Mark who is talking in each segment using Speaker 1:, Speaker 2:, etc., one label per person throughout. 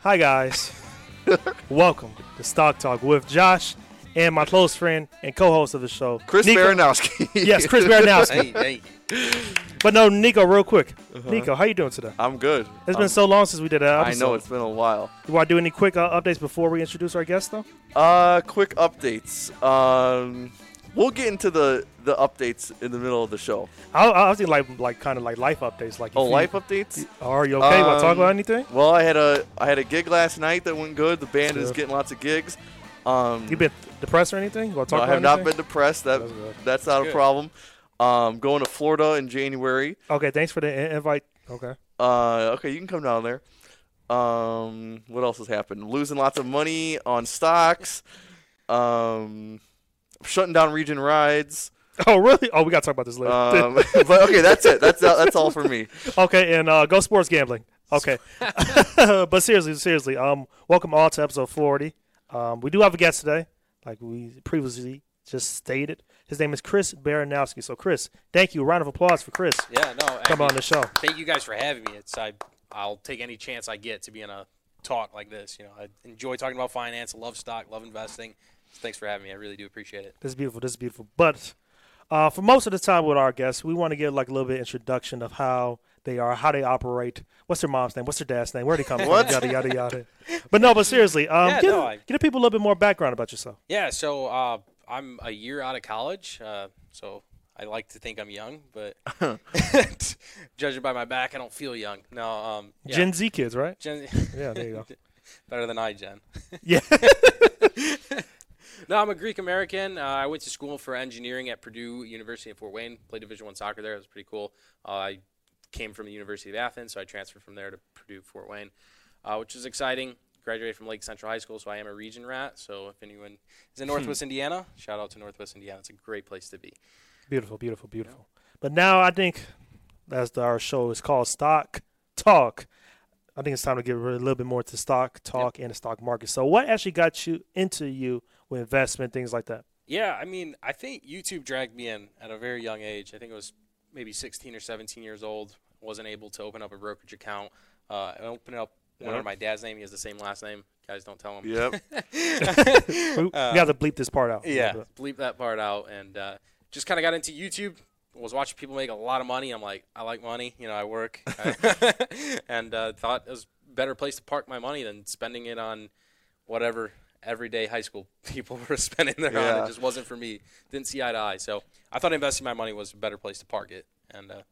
Speaker 1: Hi, guys. Welcome to Stock Talk with Josh and my close friend and co host of the show,
Speaker 2: Chris
Speaker 1: Nico.
Speaker 2: Baranowski.
Speaker 1: Yes, Chris Baranowski.
Speaker 3: hey, hey.
Speaker 1: but no, Nico, real quick. Nico, how you doing today?
Speaker 2: I'm good.
Speaker 1: It's
Speaker 2: Uh-huh. Um,
Speaker 1: been so long since we did an
Speaker 2: I
Speaker 1: episode.
Speaker 2: know it's been a while.
Speaker 1: Do you want to do any quick uh, updates before we introduce our guest, though?
Speaker 2: Uh, quick updates. Um, we'll get into the the updates in the middle of the show.
Speaker 1: I, I was thinking like, like kind of like life updates. Like,
Speaker 2: Oh,
Speaker 1: if you-
Speaker 2: life updates.
Speaker 1: Are you okay? Want to talk
Speaker 2: Um,
Speaker 1: about anything?
Speaker 2: Well, I had a I had a gig last night that went good. The band is
Speaker 1: Yeah.
Speaker 2: getting lots of gigs. Um,
Speaker 1: You been depressed or anything? You want to
Speaker 2: no,
Speaker 1: talk
Speaker 2: I have
Speaker 1: about
Speaker 2: not
Speaker 1: anything?
Speaker 2: been depressed. That
Speaker 1: That's good.
Speaker 2: that's not a
Speaker 3: Good.
Speaker 2: problem. Um, going to Florida in January.
Speaker 1: okay, thanks for the in- invite. Okay.
Speaker 2: Uh, okay, you can come down there. Um, what else has happened? Losing lots of money on stocks. Um, shutting down region rides.
Speaker 1: Oh, really? Oh, we got to talk about this later.
Speaker 2: Um, but okay, that's it. That's that's all for me.
Speaker 1: Okay, and uh, go sports gambling. Okay, but seriously, seriously, um, welcome all to episode forty. Um, we do have a guest today, like we previously just stated. His name is Chris Baranowski. So, Chris, thank you. A round of applause for Chris
Speaker 3: Yeah, no.
Speaker 1: Come
Speaker 3: actually,
Speaker 1: on the show.
Speaker 3: Thank you guys for having me. It's I I'll take any chance I get to be in a talk like this. You know, I enjoy talking about finance, I love stock, love investing. So thanks for having me. I really do appreciate it.
Speaker 1: This is beautiful. This is beautiful. But uh, for most of the time with our guests, we want to give like a little bit of introduction of how they are, how they operate. What's their mom's name? What's their dad's name? Where they come from?
Speaker 2: What?
Speaker 1: Yada yada yada. But no, but seriously, um,
Speaker 3: Yeah,
Speaker 1: give,
Speaker 3: no, I-
Speaker 1: give the people a little bit more background about yourself.
Speaker 3: Yeah, so uh, I'm a year out of college, uh, so I like to think I'm young, but judging by my back, I don't feel young. No, um, yeah.
Speaker 1: Gen Z kids, right?
Speaker 3: Gen-
Speaker 1: Yeah, there you go.
Speaker 3: better than I, Jen.
Speaker 1: Yeah.
Speaker 3: No, I'm a Greek American. Uh, I went to school for engineering at Purdue University in Fort Wayne. Played Division One soccer there. It was pretty cool. Uh, I came from the University of Athens, so I transferred from there to Purdue Fort Wayne, uh, which was exciting. Graduated from Lake Central High School, so I am a region rat. So if anyone is
Speaker 1: Hmm.
Speaker 3: in Northwest Indiana, shout out to Northwest Indiana. It's a great place to be.
Speaker 1: Beautiful, beautiful, beautiful. But now I think, as the- our show is called Stock Talk, I think it's time to get really- a little bit more to stock talk and the stock market. So, what actually got you into you with investment things like that?
Speaker 3: Yeah, I mean, I think YouTube dragged me in at a very young age. I think it was maybe 16 or 17 years old. Wasn't able to open up a brokerage account. Uh, I opened up one
Speaker 2: Yeah.
Speaker 3: under my dad's name. He has the same last name. Guys, don't tell him.
Speaker 2: Yep.
Speaker 1: We, we have to bleep this part out. a little
Speaker 3: Uh, Yeah,
Speaker 1: bit.
Speaker 3: bleep that part out, and uh, just kind of got into YouTube. Was watching people make a lot of money. I'm like, I like money. You know, I work, and uh, thought it was a better place to park my money than spending it on whatever everyday high school people were spending their on.
Speaker 2: Yeah.
Speaker 3: It just wasn't for me. Didn't see eye to eye. So I thought investing my money was a better place to park it, and uh,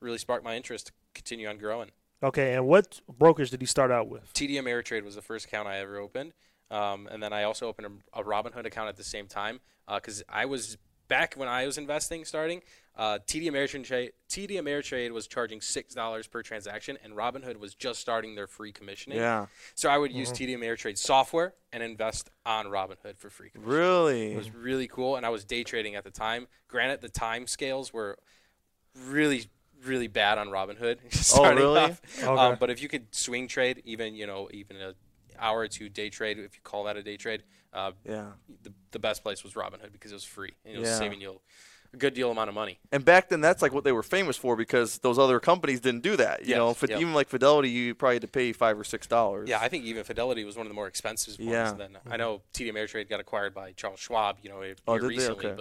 Speaker 3: really sparked my interest to continue on growing.
Speaker 1: Okay, and what brokerage did you start out with?
Speaker 3: TD Ameritrade was the first account I ever opened, um, and then I also opened a, a Robinhood account at the same time because I was back when I was investing starting. Uh, TD Ameritrade tra- TD Ameritrade was charging six dollars per transaction, and Robinhood was just starting their free commissioning.
Speaker 2: Yeah.
Speaker 3: So I would use TD Ameritrade software and invest on Robinhood for free. Commission. It
Speaker 2: Really?
Speaker 3: was really cool, and I was day trading at the time. Granted, the time scales were really, really bad on Robinhood. starting
Speaker 2: Oh, really?
Speaker 3: off.
Speaker 1: Okay.
Speaker 3: Um, but if you could swing trade, even you know, even a hour or two day trade, if you call that a day trade, uh,
Speaker 2: Yeah.
Speaker 3: the, the best place was Robinhood because it was free and it was
Speaker 2: Yeah.
Speaker 3: saving you a good deal amount of money.
Speaker 2: And back then, that's like what they were famous for because those other companies didn't do that. You
Speaker 3: Yes,
Speaker 2: know, Fid-
Speaker 3: yep.
Speaker 2: even like Fidelity, you probably had to pay five or six dollars.
Speaker 3: Yeah, I think even Fidelity was one of the more expensive ones.
Speaker 2: Yeah. Mm-hmm.
Speaker 3: Then I know TD Ameritrade got acquired by Charles Schwab, you know, here
Speaker 2: Oh, did they?
Speaker 3: recently,
Speaker 2: Okay.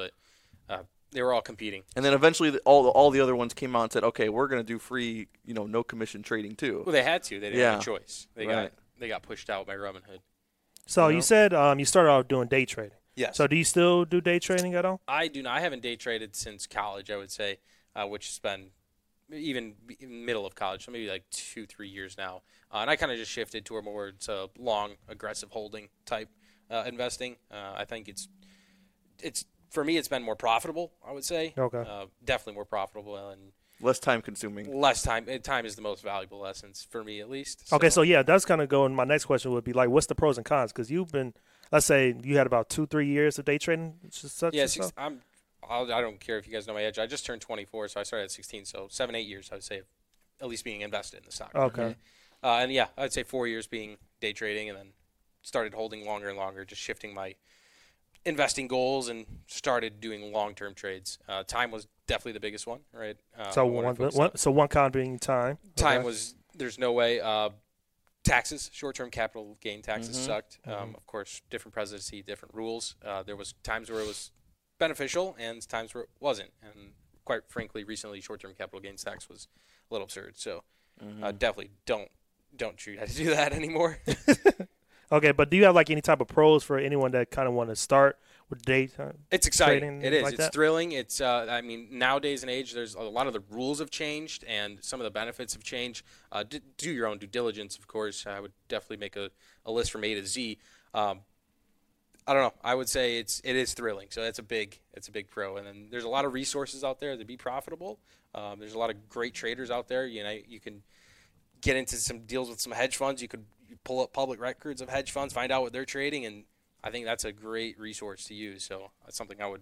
Speaker 3: but uh, they were all competing.
Speaker 2: and then eventually, the, all all the other ones came out and said, "Okay, we're going to do free, you know, no commission trading too."
Speaker 3: Well, they had to. They didn't have
Speaker 2: Yeah.
Speaker 3: a choice. They
Speaker 2: Right.
Speaker 3: got they got pushed out by Robinhood.
Speaker 1: So
Speaker 2: you
Speaker 1: you
Speaker 2: know?
Speaker 1: said um, you started out doing day trading.
Speaker 3: Yes.
Speaker 1: So do you still do day trading at all?
Speaker 3: I do not. I haven't day traded since college. I would say, uh, which has been even b- middle of college, so maybe like two, three years now. Uh, and I kind of just shifted to a more to long, aggressive holding type uh, investing. Uh, I think it's it's for me, it's been more profitable. I would say,
Speaker 1: Okay.
Speaker 3: uh, definitely more profitable and
Speaker 2: Less time consuming.
Speaker 3: less time. eh, Time is the most valuable essence for me, at least.
Speaker 1: Okay,
Speaker 3: So-
Speaker 1: so yeah, that's kind of going. My next question would be like, what's the pros and cons? Because you've been, let's say, you had about two, three years of day trading. Such
Speaker 3: Yeah,
Speaker 1: and
Speaker 3: six,
Speaker 1: so?
Speaker 3: I'm. I'll, I don't care if you guys know my age. I just turned 24, so I started at 16. So seven, eight years, I would say, at least being invested in the stock. market.
Speaker 1: Okay.
Speaker 3: Uh, and yeah, I'd say four years being day trading, and then started holding longer and longer, just shifting my investing goals and started doing long-term trades. Uh, time was definitely the biggest one, right? Uh,
Speaker 1: So
Speaker 3: I wanted
Speaker 1: one,
Speaker 3: to focus on-
Speaker 1: one, so one con being time.
Speaker 3: time
Speaker 1: Okay.
Speaker 3: was there's no way uh, taxes, short-term capital gain taxes sucked. Um, of course, different presidency, different rules. Uh, there was times where it was beneficial and times where it wasn't. And quite frankly, recently, short-term capital gains tax was a little absurd. So uh, definitely don't don't try to do that anymore.
Speaker 1: Okay, but do you have like any type of pros for anyone that kind of want to start with data?
Speaker 3: It's exciting.
Speaker 1: trading
Speaker 3: It is.
Speaker 1: like
Speaker 3: it's
Speaker 1: that?
Speaker 3: thrilling. It's. Uh, I mean, nowadays and age, there's a lot of the rules have changed, and some of the benefits have changed. Uh, d- do your own due diligence, of course. I would definitely make a, a list from A to Z. Um, I don't know. I would say it's it is thrilling. So that's a big that's a big pro. And then there's a lot of resources out there to be profitable. Um, there's a lot of great traders out there. You know, you can get into some deals with some hedge funds. You could pull up public records of hedge funds, find out what they're trading, and I think that's a great resource to use. So that's something I would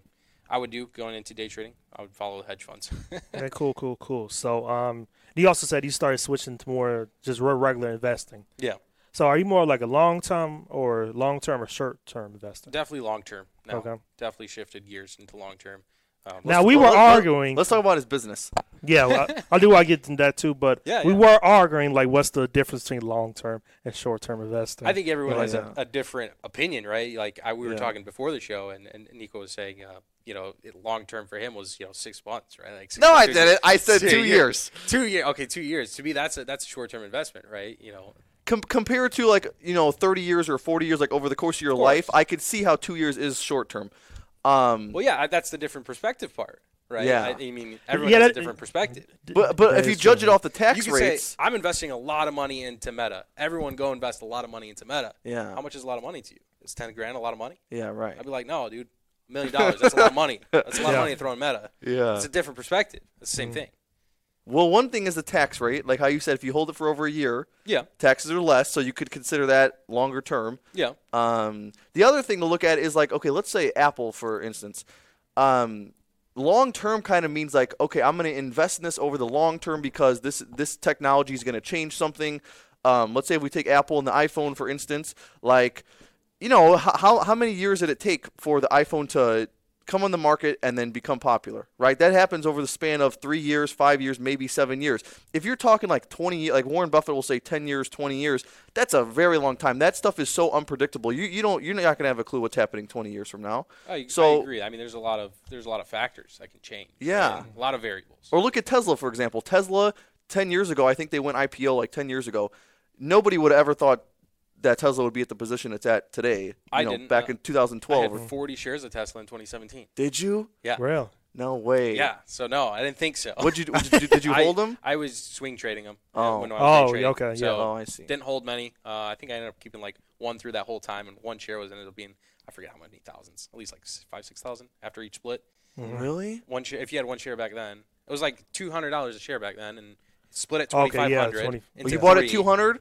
Speaker 3: I would do going into day trading. I would follow the hedge funds.
Speaker 1: Okay, cool, cool, cool. So, um, you also said you started switching to more just re- regular investing.
Speaker 3: yeah,
Speaker 1: So, are you more like a long term or long term or short term investor?
Speaker 3: definitely long term. Now,
Speaker 1: Okay.
Speaker 3: definitely shifted gears into long term. Um,
Speaker 1: Now we
Speaker 2: Well,
Speaker 1: were
Speaker 2: let- let-
Speaker 1: arguing.
Speaker 2: Let's talk about his business.
Speaker 1: Yeah, well, I, I do. I get into that too, but
Speaker 3: Yeah,
Speaker 1: we
Speaker 3: yeah.
Speaker 1: were arguing like, what's the difference between long term and short term investing?
Speaker 3: I think everyone
Speaker 1: Yeah.
Speaker 3: has a, a different opinion, right? Like I, we were
Speaker 2: Yeah.
Speaker 3: talking before the show, and, and Nico was saying, uh, you know, long term for him was you know six months, right? Like six
Speaker 2: No, I
Speaker 3: two-
Speaker 2: did it. I said
Speaker 3: two
Speaker 2: two years.
Speaker 3: Two year, okay, two years. To me, that's a that's a short term investment, right? You know,
Speaker 2: Com- compared to like you know 30 years or 40 years, like over the course of your life, I could see how two years is short term. Um,
Speaker 3: well, yeah, I- that's the different perspective part, right?
Speaker 2: Yeah.
Speaker 3: I, I mean, everyone
Speaker 1: Yeah,
Speaker 3: has a
Speaker 1: that-
Speaker 3: different perspective.
Speaker 1: D-
Speaker 2: but but
Speaker 1: that
Speaker 2: if you
Speaker 1: is
Speaker 2: judge it
Speaker 1: true.
Speaker 2: off the tax
Speaker 3: you could
Speaker 2: rates,
Speaker 3: say, I'm investing a lot of money into Meta. Everyone go invest a lot of money into Meta.
Speaker 2: Yeah.
Speaker 3: How much is a lot of money to you? Is 10 grand a lot of money?
Speaker 2: yeah, right.
Speaker 3: I'd be like, no, dude, a million dollars. That's a lot of money. That's a lot
Speaker 1: Yeah.
Speaker 3: of money to throw in Meta.
Speaker 2: Yeah. Mm.
Speaker 3: It's a different perspective. It's the same thing.
Speaker 2: Well, one thing is the tax rate, like how you said, if you hold it for over a year,
Speaker 3: Yeah.
Speaker 2: taxes are less, so you could consider that longer term.
Speaker 3: Yeah.
Speaker 2: Um, the other thing to look at is like, okay, let's say Apple, for instance. Um, long term kind of means like, okay, I'm going to invest in this over the long term because this this technology is going to change something. Um, let's say if we take Apple and the iPhone, for instance, like, you know, h- how how many years did it take for the iPhone to come on the market and then become popular, right? That happens over the span of three years, five years, maybe seven years. If you're talking like 20, like Warren Buffett will say 10 years, 20 years, that's a very long time. That stuff is so unpredictable. You, you don't, you're not going to have a clue what's happening 20 years from now.
Speaker 3: I, I
Speaker 2: So-
Speaker 3: agree. I mean, there's a lot of there's a lot of factors that can change.
Speaker 2: Yeah.
Speaker 3: and A lot of variables.
Speaker 2: Or look at Tesla, for example. Tesla, 10 years ago, I think they went IPO like 10 years ago. Nobody would have ever thought that Tesla would be at the position it's at today. You
Speaker 3: I
Speaker 2: know,
Speaker 3: didn't,
Speaker 2: back
Speaker 3: uh,
Speaker 2: in
Speaker 3: I
Speaker 2: 2012.
Speaker 3: had 40 shares of Tesla in 2017.
Speaker 2: Did you?
Speaker 3: Yeah.
Speaker 1: Real.
Speaker 2: No way.
Speaker 3: Yeah. So no, I didn't think so.
Speaker 2: What'd you, what'd you, did you
Speaker 3: I-
Speaker 2: hold them?
Speaker 3: I was swing trading them.
Speaker 2: Oh.
Speaker 3: when I was day
Speaker 1: Oh,
Speaker 3: trading.
Speaker 1: okay, yeah.
Speaker 3: So
Speaker 2: Oh, I see.
Speaker 3: Didn't hold many. Uh, I think I ended up keeping like one through that whole time, and one share was ended up being I forget how many thousands, at least like s- five, six thousand after each split.
Speaker 1: Mm-hmm.
Speaker 2: Really?
Speaker 3: One share, if you had one share back then, it was like two hundred dollars a share back then, and split at twenty
Speaker 1: Okay, yeah,
Speaker 3: five hundred.
Speaker 1: 20 Well,
Speaker 2: Well, you bought at 200?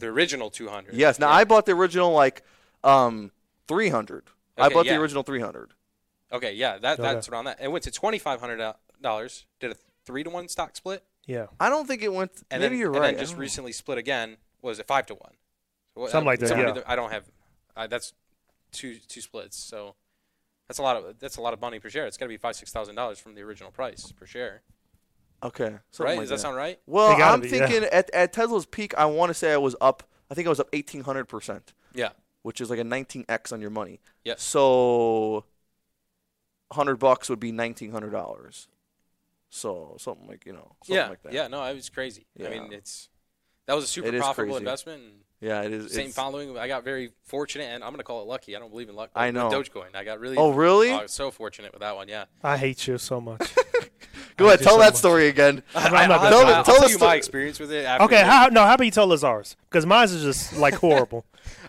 Speaker 3: The original two hundred.
Speaker 2: Yes. Now I bought the original like um 300. I
Speaker 3: Okay,
Speaker 2: bought
Speaker 3: yeah.
Speaker 2: the original 300.
Speaker 3: Okay, yeah, that
Speaker 1: Okay.
Speaker 3: that's around that. It went to twenty five hundred dollars. Did a three to one stock split,
Speaker 1: Yeah.
Speaker 2: I don't think it went.
Speaker 3: and
Speaker 2: maybe
Speaker 3: then
Speaker 2: you're
Speaker 3: and
Speaker 2: right.
Speaker 3: then
Speaker 2: I
Speaker 3: just
Speaker 2: don't know.
Speaker 3: recently split again. Was it five to one? So what-
Speaker 1: Something like that,
Speaker 3: somebody
Speaker 1: yeah.
Speaker 3: I don't have. Uh, that's two two splits. So that's a lot of that's a lot of money per share. It's got to be five six thousand dollars from the original price per share,
Speaker 2: okay. something
Speaker 3: right?
Speaker 2: like
Speaker 3: Does that sound right?
Speaker 1: They
Speaker 2: Well,
Speaker 1: gotta
Speaker 2: I'm
Speaker 1: be, yeah.
Speaker 2: thinking at, at Tesla's peak, I want to say I was up. I think I was up 1800 percent,
Speaker 3: Yeah.
Speaker 2: which is like a 19x on your money.
Speaker 3: Yes.
Speaker 2: So, 100 bucks would be 1900 dollars. So something like you know. Something
Speaker 3: yeah.
Speaker 2: Like that.
Speaker 3: Yeah. No, it was crazy. I mean,
Speaker 2: Yeah.
Speaker 3: it's that was a super
Speaker 2: It is
Speaker 3: profitable
Speaker 2: crazy.
Speaker 3: investment. And
Speaker 2: Yeah. It is.
Speaker 3: same
Speaker 2: it's-
Speaker 3: following. I got very fortunate, and I'm gonna call it lucky. I don't believe in luck.
Speaker 2: I
Speaker 3: with
Speaker 2: know.
Speaker 3: Dogecoin. I got really.
Speaker 2: Oh, really?
Speaker 3: I was so fortunate with that one. Yeah.
Speaker 1: I hate you so much.
Speaker 2: Go ahead.
Speaker 1: do
Speaker 2: Tell
Speaker 1: so
Speaker 2: that
Speaker 1: much.
Speaker 2: story again.
Speaker 1: I'm not- I'm not gonna
Speaker 3: I'll,
Speaker 2: tell
Speaker 3: tell,
Speaker 2: it-
Speaker 3: I'll
Speaker 2: tell
Speaker 3: tell
Speaker 2: us
Speaker 3: you
Speaker 2: the-
Speaker 3: my experience with it. After
Speaker 1: okay.
Speaker 3: the-
Speaker 1: How no? How about you tell us ours? Because mine's is just like horrible.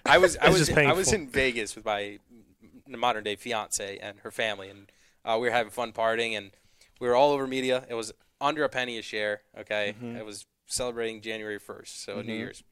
Speaker 3: I was I
Speaker 1: It's
Speaker 3: was
Speaker 1: just
Speaker 3: I was
Speaker 1: painful.
Speaker 3: in Vegas with my m- modern day fiance and her family, and uh, we were having fun partying, and we were all over media. It was under a penny a share. Okay,
Speaker 2: Mm-hmm.
Speaker 3: I was celebrating January first, so New Year's.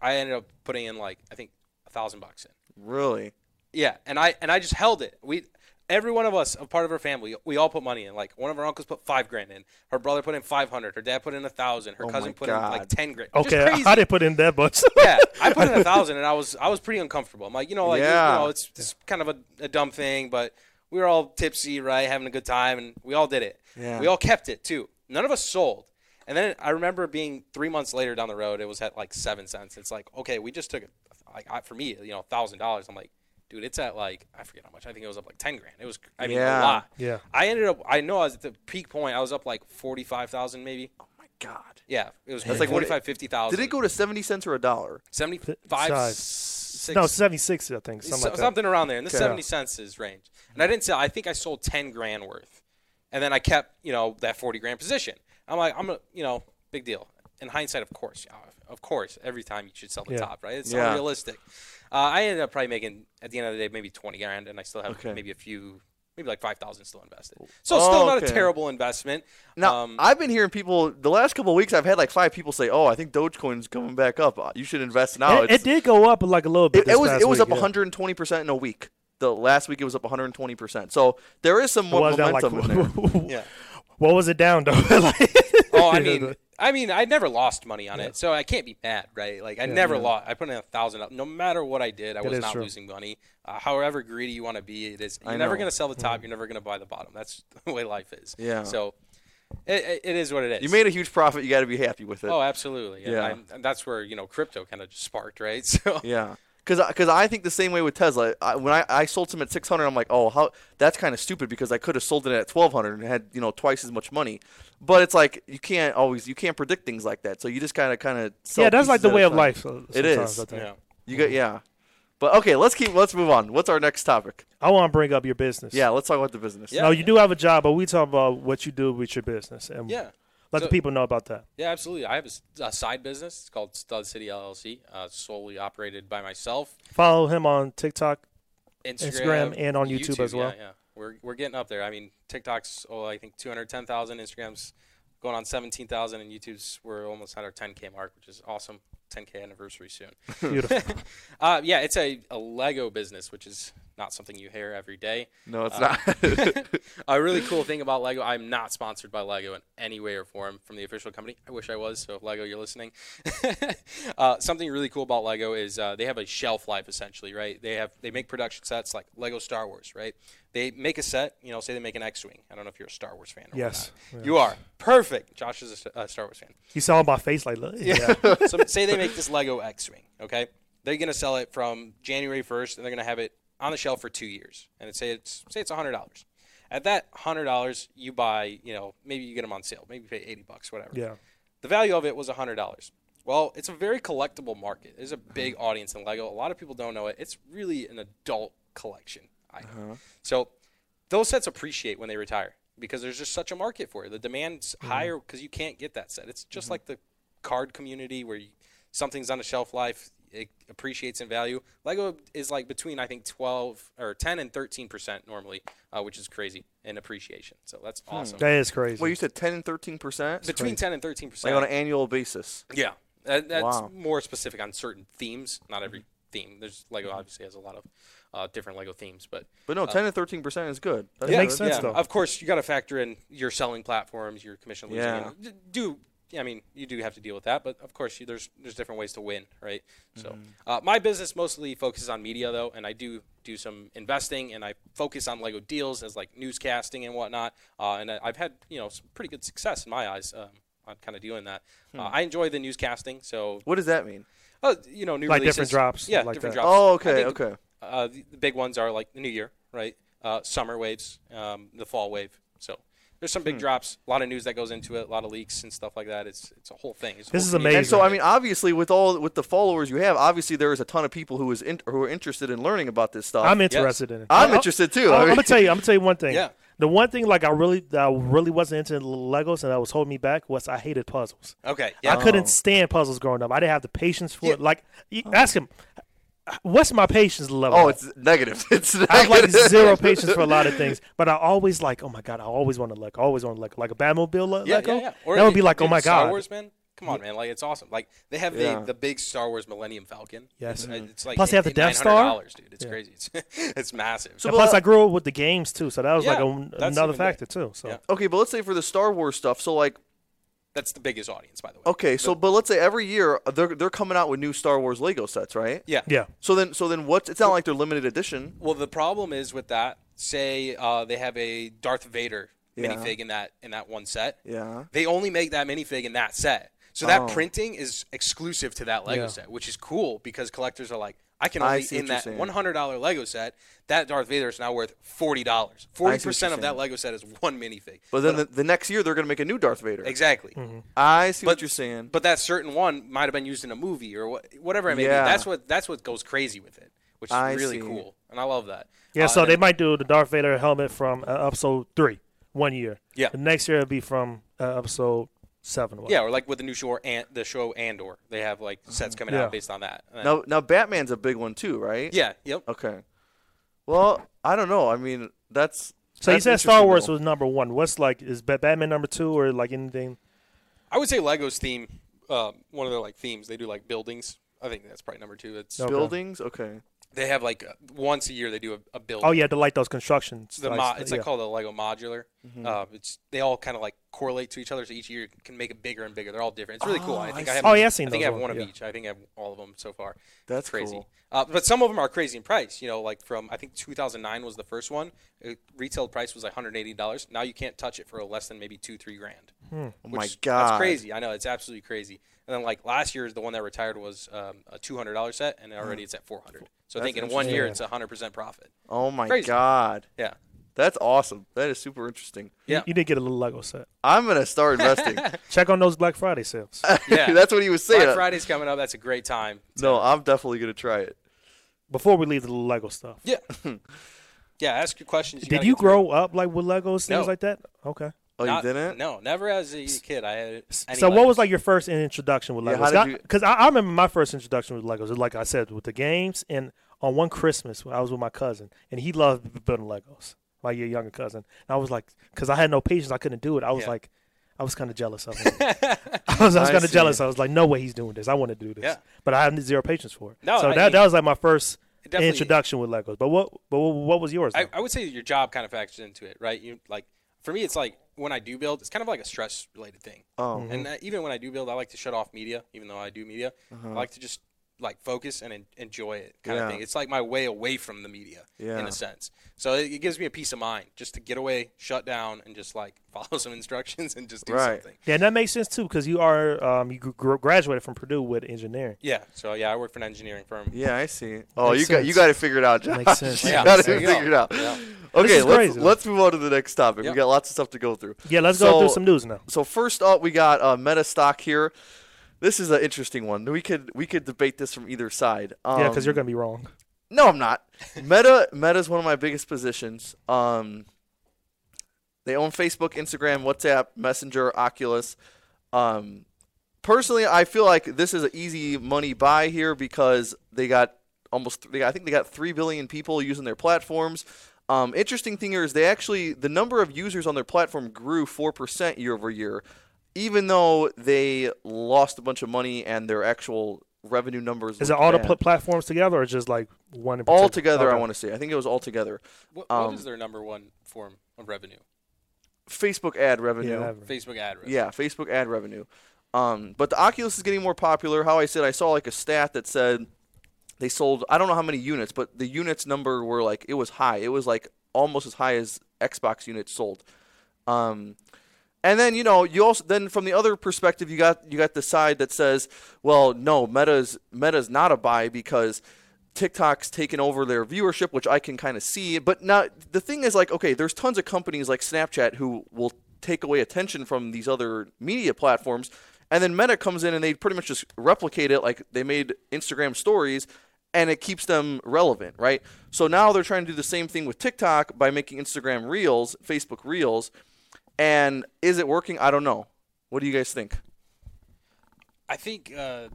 Speaker 3: I ended up putting in like I think a thousand bucks in.
Speaker 2: Really?
Speaker 3: Yeah, and I and I just held it. We every one of us, a part of our family, we all put money in. Like one of our uncles put five grand in. Her brother put in five hundred. Her dad put in a thousand. Her
Speaker 2: Oh
Speaker 3: cousin
Speaker 2: my
Speaker 3: put in like
Speaker 2: God.
Speaker 3: ten grand. Just
Speaker 1: Okay, I,
Speaker 3: crazy
Speaker 1: I didn't put in that much.
Speaker 3: yeah, I put in a thousand, and I was I was pretty uncomfortable. I'm like, you know, like you-
Speaker 2: Yeah.
Speaker 3: you know, it's, it's kind of a, a dumb thing, but we were all tipsy, right, having a good time, and we all did it.
Speaker 2: Yeah.
Speaker 3: We all kept it too. None of us sold. And then I remember being three months later down the road, it was at like seven cents. It's like, okay, we just took it. Like I, for me, you know, thousand dollars. I'm like, dude, it's at like I forget how much. I think it was up like ten grand. It was, I mean,
Speaker 2: Yeah.
Speaker 3: a lot.
Speaker 1: Yeah.
Speaker 3: I ended up. I know I was at the peak point. I was up like forty five thousand, maybe.
Speaker 2: Oh my god.
Speaker 3: Yeah, it was.
Speaker 2: That's
Speaker 3: That's
Speaker 2: like
Speaker 3: like
Speaker 2: what
Speaker 3: forty
Speaker 2: it-
Speaker 3: five, fifty thousand.
Speaker 2: Did it go to seventy cents or a dollar?
Speaker 3: seventy
Speaker 1: Size.
Speaker 3: five? Six,
Speaker 1: No, 76, I think. Something
Speaker 3: so-
Speaker 1: like that.
Speaker 3: something around there in the
Speaker 1: Okay.
Speaker 3: 70 cents is range and i didn't sell i think i sold 10 grand worth and then i kept you know that 40 grand position i'm like i'm a you know big deal in hindsight of course yeah, of course every time you should sell the
Speaker 1: Yeah.
Speaker 3: top right it's
Speaker 2: Yeah.
Speaker 3: unrealistic uh, i ended up probably making at the end of the day maybe 20 grand and i still have
Speaker 2: Okay.
Speaker 3: maybe a few maybe like 5000 still invested so it's
Speaker 2: Oh,
Speaker 3: still not
Speaker 2: okay.
Speaker 3: a terrible investment
Speaker 2: Now
Speaker 3: um,
Speaker 2: I've been hearing people the last couple of weeks. I've had like five people say, "Oh, I think Dogecoin's coming back up. Uh, You should invest now."
Speaker 1: it,
Speaker 2: It's-
Speaker 1: it did go up like a little bit.
Speaker 2: It,
Speaker 1: this
Speaker 2: it was
Speaker 1: past
Speaker 2: it was
Speaker 1: week,
Speaker 2: up
Speaker 1: yeah.
Speaker 2: 120 percent in a week. The last week it was up 120 percent. So there is some
Speaker 1: It was down like,
Speaker 2: momentum in there.
Speaker 3: yeah
Speaker 1: What was it down though? Like-
Speaker 3: oh, I
Speaker 1: Yeah,
Speaker 3: mean,
Speaker 1: the-
Speaker 3: I mean, I never lost money on it, so I can't be mad, right? Like I never lost. I put in a thousand. No matter what I did, I
Speaker 1: That
Speaker 3: was
Speaker 1: is
Speaker 3: not
Speaker 1: true.
Speaker 3: losing money. Uh, however greedy you want to be, it is.
Speaker 2: I
Speaker 3: You're never
Speaker 2: know. Hmm.
Speaker 3: gonna sell the top. You're never gonna buy the bottom. That's the way life is.
Speaker 2: Yeah.
Speaker 3: So, it, it, it is what it is.
Speaker 2: You made a huge profit. You got to be happy with it.
Speaker 3: Oh, absolutely. And
Speaker 2: Yeah.
Speaker 3: I'm- and that's where you know crypto kind of just sparked, right? So.
Speaker 2: Yeah. Cause, I- Cause, I think the same way with Tesla. I, when I, I sold some at 600, I'm like, oh, how that's kind of stupid because I could have sold it at 1200 and had you know twice as much money. But it's like you can't always you can't predict things like that. So you just kind of kind of
Speaker 1: yeah, that's like the way of life. uh,
Speaker 2: It
Speaker 1: sometimes,
Speaker 2: is.
Speaker 1: I, think.
Speaker 3: Yeah.
Speaker 2: You got yeah. But okay, let's keep let's move on. What's our next topic?
Speaker 1: I want to bring up your business.
Speaker 2: Yeah, let's talk about the business.
Speaker 3: Yeah.
Speaker 1: Now you do have a job, but we talk about what you do with your business and
Speaker 3: Yeah.
Speaker 1: let the
Speaker 3: So-
Speaker 1: people know about that.
Speaker 3: Yeah, absolutely. I have a s- a, side business. It's called Stud City LLC, uh, solely operated by myself.
Speaker 1: Follow him on TikTok.
Speaker 3: Instagram,
Speaker 1: Instagram and on YouTube as well.
Speaker 3: Yeah, yeah. We're, we're getting up there. I mean, TikTok's, oh, I think 210,000. Instagram's going on 17,000. And YouTube's, we're almost at our 10K mark, which is awesome. 10K anniversary soon.
Speaker 2: Hmm.
Speaker 1: Beautiful.
Speaker 3: Uh, yeah, it's a, a Lego business, which is not something you hear every day.
Speaker 2: No, it's
Speaker 3: Uh,
Speaker 2: not.
Speaker 3: a really cool thing about Lego, I'm not sponsored by Lego in any way or form from the official company. I wish I was. So if Lego, you're listening. uh, something really cool about Lego is uh, they have a shelf life essentially, right? They have they make production sets like Lego Star Wars, right? They make a set, you know, say they make an X-wing. I don't know if you're a Star Wars fan. Or
Speaker 1: Yes.
Speaker 3: not. you are perfect. Josh is a S- a Star Wars fan
Speaker 1: you saw my face like, look, yeah.
Speaker 3: so say they make this Lego X-wing, okay? They're gonna sell it from January 1st, and they're gonna have it on the shelf for two years. And it say it's say it's hundred dollars. At that hundred dollars, you buy, you know, maybe you get them on sale, maybe you pay eighty bucks, whatever.
Speaker 1: yeah.
Speaker 3: The value of it was hundred dollars. Well, it's a very collectible market. There's a big audience in Lego. A lot of people don't know it. It's really an adult collection item.
Speaker 2: Uh-huh.
Speaker 3: So those sets appreciate when they retire because there's just such a market for it. The demand's
Speaker 2: Mm-hmm.
Speaker 3: higher because you can't get that set. It's just like the card community where you, something's on a shelf life, it appreciates in value. Lego is like between I think 12 or 10 and 13 percent normally, uh, which is crazy in appreciation. So that's
Speaker 2: Hmm.
Speaker 3: awesome.
Speaker 1: That is crazy.
Speaker 2: well, you said 10 and 13 percent
Speaker 3: between 10 and 13
Speaker 2: like
Speaker 3: percent
Speaker 2: on an annual basis.
Speaker 3: yeah, that, that's
Speaker 2: Wow.
Speaker 3: more specific on certain themes. Not every theme. There's Lego
Speaker 1: Mm-hmm.
Speaker 3: obviously has a lot of uh, different Lego themes, but
Speaker 2: But no, 10 and 13 percent is good. That's
Speaker 1: It
Speaker 2: good.
Speaker 1: makes sense, though.
Speaker 3: Of course, you got to factor in your selling platforms, your commission losing.
Speaker 2: Yeah.
Speaker 3: and d- do I mean you do have to deal with that, but of course you, there's there's different ways to win, right? So
Speaker 1: Mm-hmm.
Speaker 3: uh, my business mostly focuses on media though, and I do do some investing, and I focus on Lego deals as like newscasting and whatnot. Uh, and I, I've had you know some pretty good success in my eyes. Um, I'm kind of doing that.
Speaker 1: Hmm.
Speaker 3: Uh, I enjoy the newscasting, so
Speaker 2: What does that mean?
Speaker 3: uh, you know, new
Speaker 1: Like
Speaker 3: releases.
Speaker 1: different drops,
Speaker 3: Yeah,
Speaker 1: like
Speaker 3: different
Speaker 1: that.
Speaker 3: drops.
Speaker 2: Oh,
Speaker 3: Uh, I
Speaker 2: okay,
Speaker 3: think,
Speaker 2: okay.
Speaker 3: Uh, the, the big ones are like the new year, right? Uh, summer waves, um, the fall wave. So there's some big
Speaker 2: Hmm.
Speaker 3: drops, a lot of news that goes into it, a lot of leaks and stuff like that. It's it's a whole thing. It's a
Speaker 1: This
Speaker 3: whole
Speaker 1: is
Speaker 3: community.
Speaker 2: And so
Speaker 1: Amazing.
Speaker 2: I mean, obviously, with all with the followers you have, obviously there is a ton of people who is in, who are interested in learning about this stuff.
Speaker 1: I'm interested in it.
Speaker 2: I'm
Speaker 1: I- I-
Speaker 2: interested, too. I
Speaker 1: I, am
Speaker 2: mean-
Speaker 1: gonna tell you. I'm gonna tell you one thing.
Speaker 3: Yeah.
Speaker 1: The one thing like I really that I really wasn't into Legos and that was holding me back was I hated puzzles.
Speaker 3: Okay, yeah.
Speaker 1: I couldn't stand puzzles growing up. I didn't have the patience for it. Like, y ask him, what's my patience level?
Speaker 2: oh, it's negative. It's negative.
Speaker 1: I have like zero patience for a lot of things, but I always like, oh my god, I always want to Lego. I always want to Lego, like a Batmobile le-
Speaker 3: yeah,
Speaker 1: Lego.
Speaker 3: yeah, yeah. Or
Speaker 1: that would
Speaker 3: it-
Speaker 1: be like, oh
Speaker 3: dude,
Speaker 1: my
Speaker 3: Star
Speaker 1: god,
Speaker 3: Wars, man. Come on, man! Like it's awesome. Like they have
Speaker 2: Yeah.
Speaker 3: the, the big Star Wars Millennium Falcon.
Speaker 1: Yes.
Speaker 3: It's, it's like
Speaker 1: Plus they have the Death Star?
Speaker 3: $900, dude. It's crazy. It's, it's massive.
Speaker 2: So
Speaker 1: And plus, I grew up with the games too, so that was like
Speaker 3: Yeah,
Speaker 1: a,
Speaker 3: that's
Speaker 1: another
Speaker 3: even better.
Speaker 1: factor too. So
Speaker 3: Yeah.
Speaker 2: okay, but let's say for the Star Wars stuff. So like,
Speaker 3: that's the biggest audience, by the way.
Speaker 2: okay, so but let's say every year uh, they're they're coming out with new Star Wars Lego sets, right?
Speaker 3: Yeah.
Speaker 1: yeah,
Speaker 2: So then, so then, what's? It's not like they're limited edition.
Speaker 3: Well, the problem is with that. Say uh, they have a Darth Vader
Speaker 2: Yeah.
Speaker 3: minifig in that in that one set.
Speaker 2: Yeah.
Speaker 3: They only make that minifig in that set. So that
Speaker 2: Oh.
Speaker 3: printing is exclusive to that Lego
Speaker 1: Yeah.
Speaker 3: set, which is cool because collectors are like, I can
Speaker 2: I
Speaker 3: only
Speaker 2: see what
Speaker 3: in
Speaker 2: you're
Speaker 3: that
Speaker 2: saying.
Speaker 3: one hundred dollar Lego set, that Darth Vader is now worth forty dollars.
Speaker 2: what you're
Speaker 3: Forty percent of
Speaker 2: saying.
Speaker 3: that Lego set is one minifig.
Speaker 2: But then the, the next year they're going to make a new Darth Vader.
Speaker 3: Exactly.
Speaker 1: Mm-hmm.
Speaker 2: I see what
Speaker 3: But-
Speaker 2: you're saying.
Speaker 3: But that certain one might have been used in a movie or what, whatever it may
Speaker 2: Yeah.
Speaker 3: be. That's what that's what goes crazy with it, which is
Speaker 2: I
Speaker 3: really
Speaker 2: see.
Speaker 3: cool, and I love that.
Speaker 1: Yeah,
Speaker 3: Uh,
Speaker 1: so
Speaker 3: and-
Speaker 1: they might do the Darth Vader helmet from uh, episode three one year.
Speaker 3: Yeah.
Speaker 1: The next year it'll be from uh, episode seven.
Speaker 3: Yeah, or like with the new show and the show Andor, they have like sets coming
Speaker 1: Yeah.
Speaker 3: out based on that. And-
Speaker 2: now, now Batman's a big one too, right?
Speaker 3: Yeah. Yep.
Speaker 2: Okay. Well, I don't know. I mean, that's.
Speaker 1: So you
Speaker 2: that's
Speaker 1: said Star
Speaker 2: interesting,
Speaker 1: Wars
Speaker 2: though.
Speaker 1: was number one. What's like is Ba- Batman number two or like anything?
Speaker 3: I would say Lego's theme, um, one of their like themes. They do like buildings. I think that's probably number two. It's
Speaker 1: Okay.
Speaker 2: buildings. Okay.
Speaker 3: they have like uh, once a year they do a, a building.
Speaker 1: Oh yeah, to light those constructions.
Speaker 3: It's, the mo- it's like called a Lego modular. Uh, it's they all kind of like correlate to each other, so each year can make it bigger and bigger. They're all different. It's really cool.
Speaker 2: Oh,
Speaker 3: I
Speaker 2: I
Speaker 3: think
Speaker 2: see.
Speaker 3: I have.
Speaker 1: Oh, yeah, I've seen
Speaker 3: I think
Speaker 1: those
Speaker 3: I have
Speaker 1: ones,
Speaker 3: one of
Speaker 1: yeah.
Speaker 3: each. I think I have all of them so far.
Speaker 2: That's
Speaker 3: crazy.
Speaker 2: cool.
Speaker 3: Uh, but some of them are crazy in price. You know, like from I think 2009 was the first one. It, retail price was like 180 dollars. Now you can't touch it for less than maybe two, three grand.
Speaker 2: Oh my
Speaker 3: Which-
Speaker 2: god.
Speaker 3: That's crazy. I know it's absolutely crazy. And then like last year's the one that retired was um, a two hundred dollar set, and already it's at four hundred. So I
Speaker 2: That's
Speaker 3: think in one year it's
Speaker 1: interesting.
Speaker 3: hundred percent profit.
Speaker 2: Oh my
Speaker 3: Crazy.
Speaker 2: god.
Speaker 3: Yeah.
Speaker 2: That's awesome. That is super interesting.
Speaker 1: yeah.
Speaker 3: Yeah.
Speaker 1: You, you did get a little Lego set.
Speaker 2: I'm gonna start investing.
Speaker 1: Check on those Black Friday sales.
Speaker 3: Yeah.
Speaker 2: That's what he was saying.
Speaker 3: Black Friday's coming up. That's a great time.
Speaker 2: No, I'm definitely gonna try it.
Speaker 1: Before we leave the Lego stuff,
Speaker 3: Yeah. yeah. Ask your questions.
Speaker 1: did
Speaker 3: gotta
Speaker 1: you
Speaker 3: get through.
Speaker 1: grow up like with Legos things
Speaker 3: No.
Speaker 1: like that? Okay.
Speaker 2: Oh,
Speaker 3: Not-
Speaker 2: you didn't?
Speaker 3: No, never as a kid. I had. Any
Speaker 1: so what was
Speaker 3: Legos.
Speaker 1: like your first introduction with
Speaker 2: Yeah,
Speaker 1: Legos?
Speaker 2: how did you-
Speaker 1: Because I, I remember my first introduction with Legos, like I said, with the games. And on one Christmas, when I was with my cousin, and he loved building Legos. My year younger cousin, and I was like, because I had no patience, I couldn't do it. I was
Speaker 3: Yeah.
Speaker 1: like, I was kind of jealous of him. I was, I was
Speaker 2: I
Speaker 1: kind of
Speaker 2: see.
Speaker 1: jealous. I was like, no way he's doing this. I want to do this,
Speaker 3: Yeah.
Speaker 1: but I had zero patience for it.
Speaker 3: No,
Speaker 1: so
Speaker 3: I
Speaker 1: that
Speaker 3: mean-
Speaker 1: that was like my first
Speaker 3: It definitely-
Speaker 1: introduction with Legos. But what but what- what was yours?
Speaker 3: I,
Speaker 1: though?
Speaker 3: I would say your job kind of factors into it, right? You like for me, it's like when I do build, it's kind of like a stress related thing.
Speaker 2: Oh.
Speaker 3: And uh, even when I do build, I like to shut off media, even though I do media. I like to just like focus and en- enjoy it kind
Speaker 2: Yeah.
Speaker 3: of thing. It's like my way away from the media in
Speaker 2: Yeah.
Speaker 3: a sense. So it, it gives me a peace of mind just to get away, shut down, and just like follow some instructions and just do
Speaker 2: Right.
Speaker 3: something.
Speaker 1: yeah, and that makes sense too because you are um, you gr- graduated from Purdue with engineering.
Speaker 3: Yeah. So yeah, I work for an engineering firm.
Speaker 2: Yeah, I see. Oh,
Speaker 1: Makes
Speaker 2: you got you
Speaker 1: sense.
Speaker 2: got it figured out, Josh.
Speaker 1: Makes sense.
Speaker 2: you
Speaker 3: Yeah,
Speaker 2: got it
Speaker 3: there you
Speaker 2: figured
Speaker 3: go.
Speaker 2: out.
Speaker 3: Yeah.
Speaker 2: Okay,
Speaker 1: is
Speaker 2: let's
Speaker 1: crazy.
Speaker 2: let's move on to the next topic.
Speaker 3: Yep.
Speaker 2: We got lots of stuff to go through.
Speaker 1: Yeah, let's go through
Speaker 2: So-
Speaker 1: some news now.
Speaker 2: So first up, we got uh, Meta stock here. This is an interesting one. We could we could debate this from either side. Um,
Speaker 1: Yeah, because you're gonna be wrong.
Speaker 2: No, I'm not. Meta Meta is one of my biggest positions. Um, they own Facebook, Instagram, WhatsApp, Messenger, Oculus. Um, personally, I feel like this is an easy money buy here because they got almost. They, I think they got three billion people using their platforms. Um, interesting thing here is they actually the number of users on their platform grew four percent year over year, even though they lost a bunch of money and their actual revenue numbers.
Speaker 1: Is it
Speaker 2: look
Speaker 1: all the
Speaker 2: bad.
Speaker 1: pl- platforms together or just like one? in particular?
Speaker 2: All together, I
Speaker 1: Okay.
Speaker 2: want to say. I think it was all together.
Speaker 3: What,
Speaker 2: Um,
Speaker 3: what is their number one form of revenue?
Speaker 2: Facebook ad
Speaker 1: Yeah,
Speaker 2: revenue.
Speaker 1: I
Speaker 2: Yeah,
Speaker 1: have-
Speaker 3: Facebook ad revenue.
Speaker 2: Facebook ad revenue. Um, but the Oculus is getting more popular. How I said, I saw like a stat that said they sold. I don't know how many units, but the units number were like it was high. It was like almost as high as Xbox units sold. Um, and then you know you also then from the other perspective you got you got the side that says well no Meta's Meta's not a buy because TikTok's taken over their viewership which I can kind of see but now the thing is like okay there's tons of companies like Snapchat who will take away attention from these other media platforms and then Meta comes in and they pretty much just replicate it like they made Instagram stories and it keeps them relevant, right? So now they're trying to do the same thing with TikTok by making Instagram Reels, Facebook Reels, and is it working? I don't know. What do you guys think?
Speaker 3: I think uh,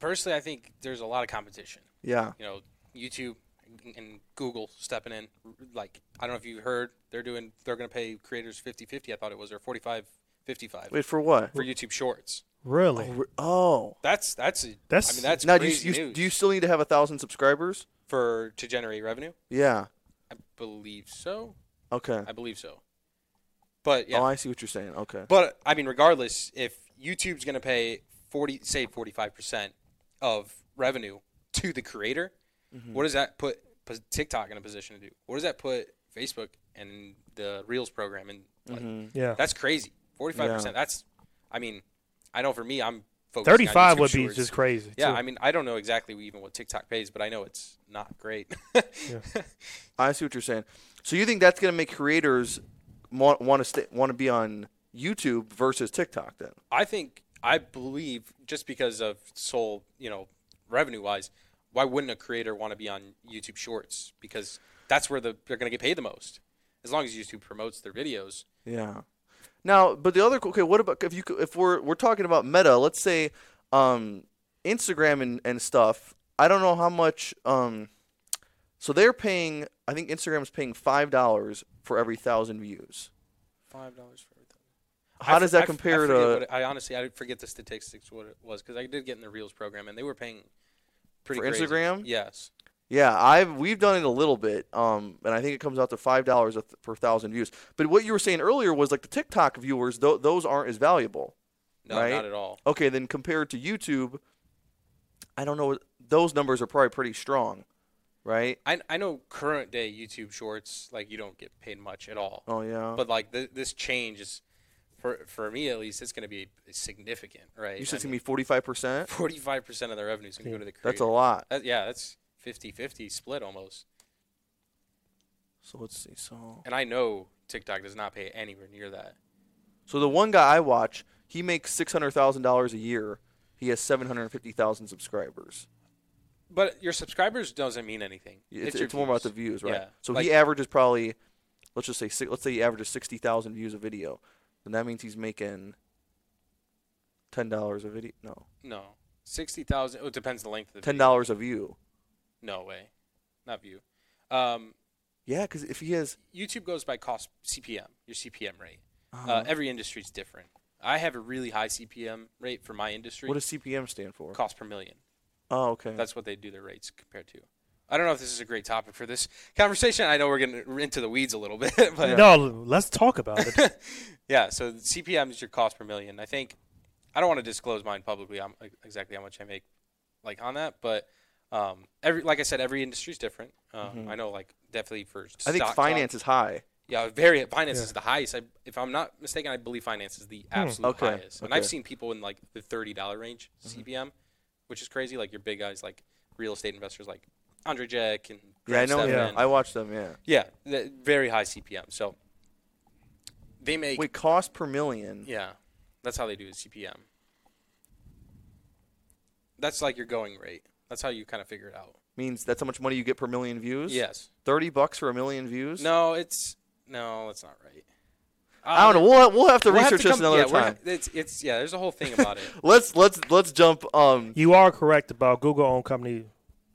Speaker 3: personally, I think there's a lot of competition.
Speaker 2: Yeah.
Speaker 3: you know, YouTube and- and Google stepping in. Like, I don't know if you heard, they're doing, they're going to pay creators 50 50, I thought it was, or 45 55
Speaker 2: Wait for what?
Speaker 3: for YouTube Shorts.
Speaker 1: Really?
Speaker 3: Um,
Speaker 2: Oh.
Speaker 3: That's, that's, a,
Speaker 1: That's-
Speaker 3: I mean, that's
Speaker 2: Now do
Speaker 3: crazy
Speaker 2: you, you
Speaker 3: news
Speaker 2: do you still need to have a thousand subscribers?
Speaker 3: for, to generate revenue.
Speaker 2: Yeah.
Speaker 3: I believe so.
Speaker 2: Okay.
Speaker 3: I believe so. But, yeah.
Speaker 2: Oh, I see what you're saying. Okay.
Speaker 3: But I mean, regardless, if YouTube's going to pay forty, say forty five percent of revenue to the
Speaker 1: Mm-hmm.
Speaker 3: creator, what does that put put TikTok in a position to do? What does that put Facebook and the Reels program, and like,
Speaker 1: Yeah.
Speaker 3: that's crazy. Forty five
Speaker 2: Yeah.
Speaker 3: percent. That's, I mean, I know for me, I'm focusing on
Speaker 1: 35 would
Speaker 3: YouTube
Speaker 1: be
Speaker 3: Shorts.
Speaker 1: just crazy.
Speaker 3: Yeah,
Speaker 1: too.
Speaker 3: I mean, I don't know exactly even what TikTok pays, but I know it's not great.
Speaker 2: I see what you're saying. So you think that's going to make creators want to stay, want to be on YouTube versus TikTok then?
Speaker 3: I think I believe just because of sole, you know, revenue wise, why wouldn't a creator want to be on YouTube Shorts? Because that's where the, they're going to get paid the most. As long as YouTube promotes their videos,
Speaker 2: Yeah. Now, but the other okay, what about if you could- if we're we're talking about Meta, let's say um Instagram and and stuff. I don't know how much um so they're paying I think Instagram's paying $5 for every 1,000 views.
Speaker 3: five dollars for everything.
Speaker 2: How does that compare
Speaker 3: I
Speaker 2: to
Speaker 3: forget what it- I honestly I forget the statistics what it was because I did get in the Reels program and they were paying pretty
Speaker 2: For
Speaker 3: crazy.
Speaker 2: Instagram?
Speaker 3: Yes.
Speaker 2: Yeah, I've we've done it a little bit, um, and I think it comes out to five dollars per thousand views. But what you were saying earlier was like the TikTok viewers, th- those aren't as valuable.
Speaker 3: No,
Speaker 2: Right?
Speaker 3: not at all.
Speaker 2: Okay, then compared to YouTube, I don't know. Those numbers are probably pretty strong, right?
Speaker 3: I I know current day YouTube Shorts like you don't get paid much at all.
Speaker 2: Oh yeah.
Speaker 3: But like th- this change is, for for me at least, it's going to be significant, right?
Speaker 2: you said it's gonna be forty-five percent.
Speaker 3: forty-five percent of the revenue is going to go to the creator.
Speaker 2: That's a lot.
Speaker 3: That- yeah, that's 50-50 split almost.
Speaker 2: So let's see. So
Speaker 3: And I know TikTok does not pay anywhere near that.
Speaker 2: so the one guy I watch, he makes six hundred thousand dollars a year. He has seven hundred fifty thousand subscribers.
Speaker 3: But your subscribers doesn't mean anything.
Speaker 2: It's, it's,
Speaker 3: your
Speaker 2: more about the
Speaker 3: views.
Speaker 2: views, right?
Speaker 3: Yeah.
Speaker 2: So
Speaker 3: Like-
Speaker 2: he averages probably, let's just say, si- let's say he averages sixty thousand views a video, then that means he's making ten dollars a video. No,
Speaker 3: No, sixty thousand. Oh, it depends the length of the.
Speaker 2: ten
Speaker 3: video.
Speaker 2: dollars a view.
Speaker 3: No way, not view. Um,
Speaker 2: Yeah, because if he has,
Speaker 3: YouTube goes by cost CPM, your CPM rate. Uh,
Speaker 2: Uh-huh.
Speaker 3: every industry's different. I have a really high CPM rate for my industry.
Speaker 2: what does CPM stand for?
Speaker 3: cost per million?
Speaker 2: Oh, okay.
Speaker 3: Mm-hmm. That's what they do their rates compared to. I don't know if this is a great topic for this conversation. I know we're getting into the weeds a little bit, but
Speaker 1: no, let's talk about it.
Speaker 3: yeah. So the CPM is your cost per million. I think I don't want to disclose mine publicly. I'm exactly how much I make, like on that. But um, every like I said, every industry's different. Um, I know, like definitely for
Speaker 2: Mm-hmm. I think
Speaker 3: stock
Speaker 2: finance
Speaker 3: job-
Speaker 2: is high.
Speaker 3: yeah, very finance
Speaker 1: Yeah.
Speaker 3: is the highest. I, if I'm not mistaken, I believe finance is the absolute
Speaker 2: Okay,
Speaker 3: highest. And I've
Speaker 2: okay.
Speaker 3: seen people in like the thirty dollar range CPM, which is crazy. Like your big guys, like real estate investors, like Andre Jack and
Speaker 2: Yeah, I
Speaker 3: Graham
Speaker 2: know. Yeah,
Speaker 3: Stephan.
Speaker 2: I watch them. Yeah.
Speaker 3: yeah, the, very high CPM. So they make
Speaker 2: Wait, cost per million.
Speaker 3: yeah, that's how they do the CPM. That's like your going rate. That's how you kind of figure it out.
Speaker 2: means that's how much money you get per million views.
Speaker 3: Yes.
Speaker 2: thirty bucks for a million views.
Speaker 3: No, it's no, that's not right.
Speaker 2: I don't know. We'll we'll have to
Speaker 3: uh, We'll have
Speaker 2: research
Speaker 3: to
Speaker 2: this
Speaker 3: come-
Speaker 2: another
Speaker 3: yeah, we're-
Speaker 2: time.
Speaker 3: It's, it's yeah. There's a whole thing about it.
Speaker 2: Let's let's let's jump. Um,
Speaker 1: you are correct about Google owned company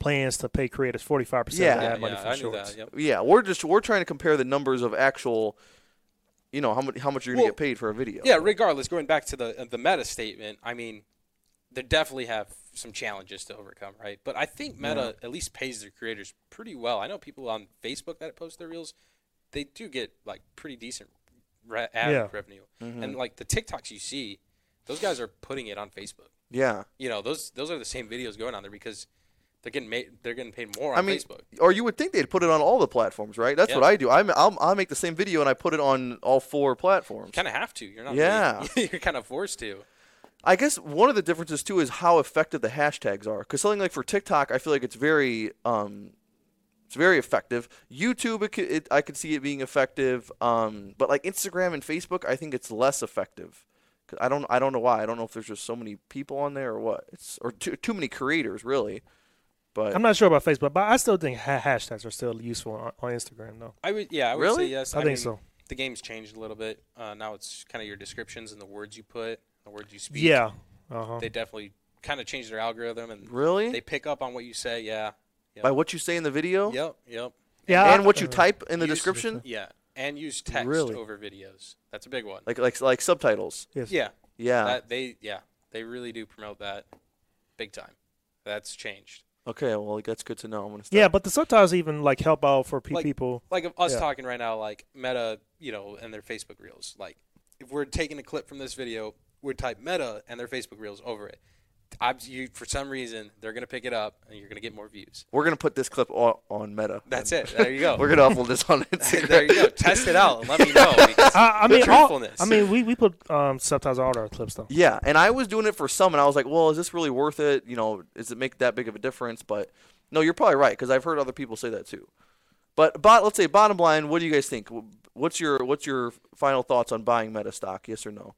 Speaker 1: plans to pay creators 45%
Speaker 2: Yeah.
Speaker 1: of
Speaker 3: yeah,
Speaker 1: ad money
Speaker 3: yeah,
Speaker 1: for
Speaker 3: I knew
Speaker 1: shorts.
Speaker 3: that. Yep.
Speaker 2: Yeah, we're just we're trying to compare the numbers of actual, you know, how much how much you're gonna
Speaker 3: Well,
Speaker 2: get paid for a video.
Speaker 3: Yeah. Regardless, going back to the uh, the meta statement, I mean, they definitely have some challenges to overcome, right? But I think Meta at least pays their creators pretty well. I know people on Facebook that post their reels, they do get like pretty decent re- ad
Speaker 1: Yeah. Mm-hmm.
Speaker 3: revenue, and like the TikToks you see, those guys are putting it on Facebook.
Speaker 2: Yeah.
Speaker 3: You know, those those are the same videos going on there because they're getting made, they're getting paid more
Speaker 2: I
Speaker 3: on
Speaker 2: mean,
Speaker 3: Facebook.
Speaker 2: or you would think they'd put it on all the platforms, right? That's
Speaker 3: Yeah.
Speaker 2: what I do. I'm, I'll, I'll make the same video and I put it on all four platforms.
Speaker 3: Kind of have to. You're not. really-
Speaker 2: Yeah.
Speaker 3: you're kind of forced to.
Speaker 2: I guess one of the differences too is how effective the hashtags are. Because something like for TikTok, I feel like it's very, um, it's very effective. YouTube, it, could- it, I could see it being effective, um, but like Instagram and Facebook, I think it's less effective. 'Cause I don't, I don't know why. I don't know if there's just so many people on there or what. It's or too, too many creators really. But
Speaker 1: I'm not sure about Facebook, but I still think ha- hashtags are still useful on, on Instagram, though.
Speaker 3: I would, yeah, I would
Speaker 2: Really?
Speaker 3: say yes.
Speaker 1: I think
Speaker 3: mean,
Speaker 1: so.
Speaker 3: The game's changed a little bit. Uh, now it's kind of your descriptions and the words you put, the words you speak.
Speaker 1: Yeah. Uh-huh.
Speaker 3: They definitely kind of changed their algorithm and
Speaker 2: really,
Speaker 3: they pick up on what you say. Yeah.
Speaker 2: by what you say in the video
Speaker 3: Yep. Yep.
Speaker 1: yeah.
Speaker 2: and what you
Speaker 1: uh,
Speaker 2: type in the
Speaker 3: Use-
Speaker 2: description,
Speaker 3: Yeah. And use text
Speaker 2: Really?
Speaker 3: over videos. That's a big one.
Speaker 2: like like like subtitles.
Speaker 1: Yes.
Speaker 3: yeah.
Speaker 2: Yeah.
Speaker 3: That they yeah they really do promote that big time. That's changed.
Speaker 2: okay. Well, that's good to know. I'm gonna. Start.
Speaker 1: Yeah, but the subtitles even like help out for pe-
Speaker 3: Like-
Speaker 1: people.
Speaker 3: like of us
Speaker 1: Yeah.
Speaker 3: talking right now, like Meta, you know, and their Facebook Reels. Like, if we're taking a clip from this video, we'd type Meta and their Facebook Reels over it. I'm, you, for some reason, they're going to pick it up, and you're going to get more views.
Speaker 2: We're gonna put this clip on, on Meta.
Speaker 3: That's
Speaker 2: and-
Speaker 3: it. There you go.
Speaker 2: We're gonna upload this on Instagram.
Speaker 3: there you go. Test it out and let me know. because
Speaker 1: I, I mean, all,
Speaker 3: truthfulness.
Speaker 1: I mean, we we put um, subtitles on all our clips though.
Speaker 2: Yeah, and I was doing it for some, and I was like, well, is this really worth it? You know, does it make that big of a difference? But no, you're probably right because I've heard other people say that too. But bot, let's say bottom line, what do you guys think? What's your what's your final thoughts on buying Meta stock? Yes or no?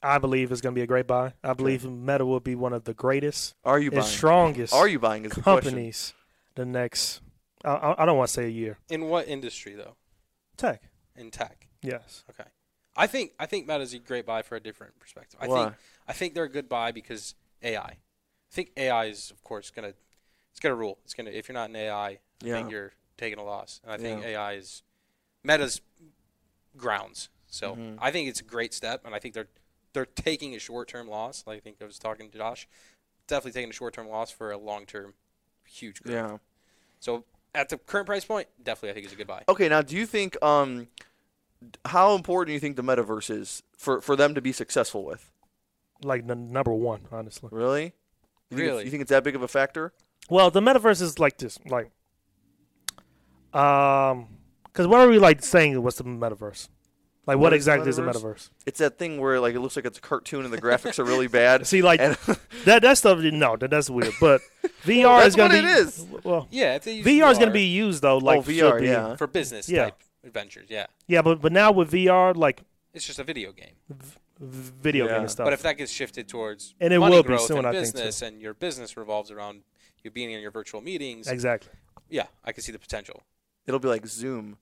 Speaker 1: I believe it's going to be a great buy. I believe Meta will be one of the greatest
Speaker 2: Are you
Speaker 1: and
Speaker 2: buying?
Speaker 1: strongest
Speaker 2: Are you buying? Is the question.
Speaker 1: companies the next. I- I, I don't want to say a year.
Speaker 3: in what industry though?
Speaker 1: Tech.
Speaker 3: In tech.
Speaker 1: Yes.
Speaker 3: Okay. I think I think Meta's a great buy for a different perspective. I
Speaker 2: Why?
Speaker 3: think I think they're a good buy because AI. I think AI is of course gonna it's gonna rule. It's gonna if you're not an AI, I
Speaker 2: Yeah.
Speaker 3: think you're taking a loss. And I think
Speaker 2: Yeah.
Speaker 3: AI is Meta's grounds. So I think it's a great step, and I think they're they're taking a short term loss. Like I think I was talking to Josh, definitely taking a short term loss for a long term huge growth.
Speaker 2: Yeah.
Speaker 3: So at the current price point, definitely I think it's a good buy.
Speaker 2: Okay, now do you think um, d- how important do you think the metaverse is for for them to be successful with?
Speaker 1: Like the number one, honestly.
Speaker 2: Really? You think it's-
Speaker 3: Really?
Speaker 2: You think it's that big of a factor?
Speaker 1: Well, the metaverse is like this, like, um, because what are we like saying? What's the metaverse? Like, what,
Speaker 2: What is the
Speaker 1: exactly is the
Speaker 2: metaverse?
Speaker 1: metaverse?
Speaker 2: It's that thing where like it looks like it's a cartoon and the graphics are really bad.
Speaker 1: See, like
Speaker 2: and-
Speaker 1: that that stuff. No, that, that's weird. But VR
Speaker 2: that's
Speaker 1: is gonna
Speaker 2: what
Speaker 1: be
Speaker 2: it is.
Speaker 1: well,
Speaker 3: Yeah, if they use
Speaker 1: VR is gonna be used though. Like
Speaker 2: oh,
Speaker 1: should
Speaker 2: VR,
Speaker 1: be.
Speaker 2: yeah.
Speaker 3: for business
Speaker 1: Yeah.
Speaker 3: type adventures. Yeah,
Speaker 1: yeah. But but now with VR, like
Speaker 3: it's just a video game.
Speaker 1: v- video
Speaker 2: Yeah.
Speaker 1: game and stuff.
Speaker 3: But if that gets shifted towards
Speaker 1: And it
Speaker 3: money
Speaker 1: will be
Speaker 3: growth
Speaker 1: soon,
Speaker 3: and
Speaker 1: I think,
Speaker 3: business, and your business revolves around you being in your virtual meetings,
Speaker 1: exactly,
Speaker 3: yeah, I can see the potential.
Speaker 2: It'll be like Zoom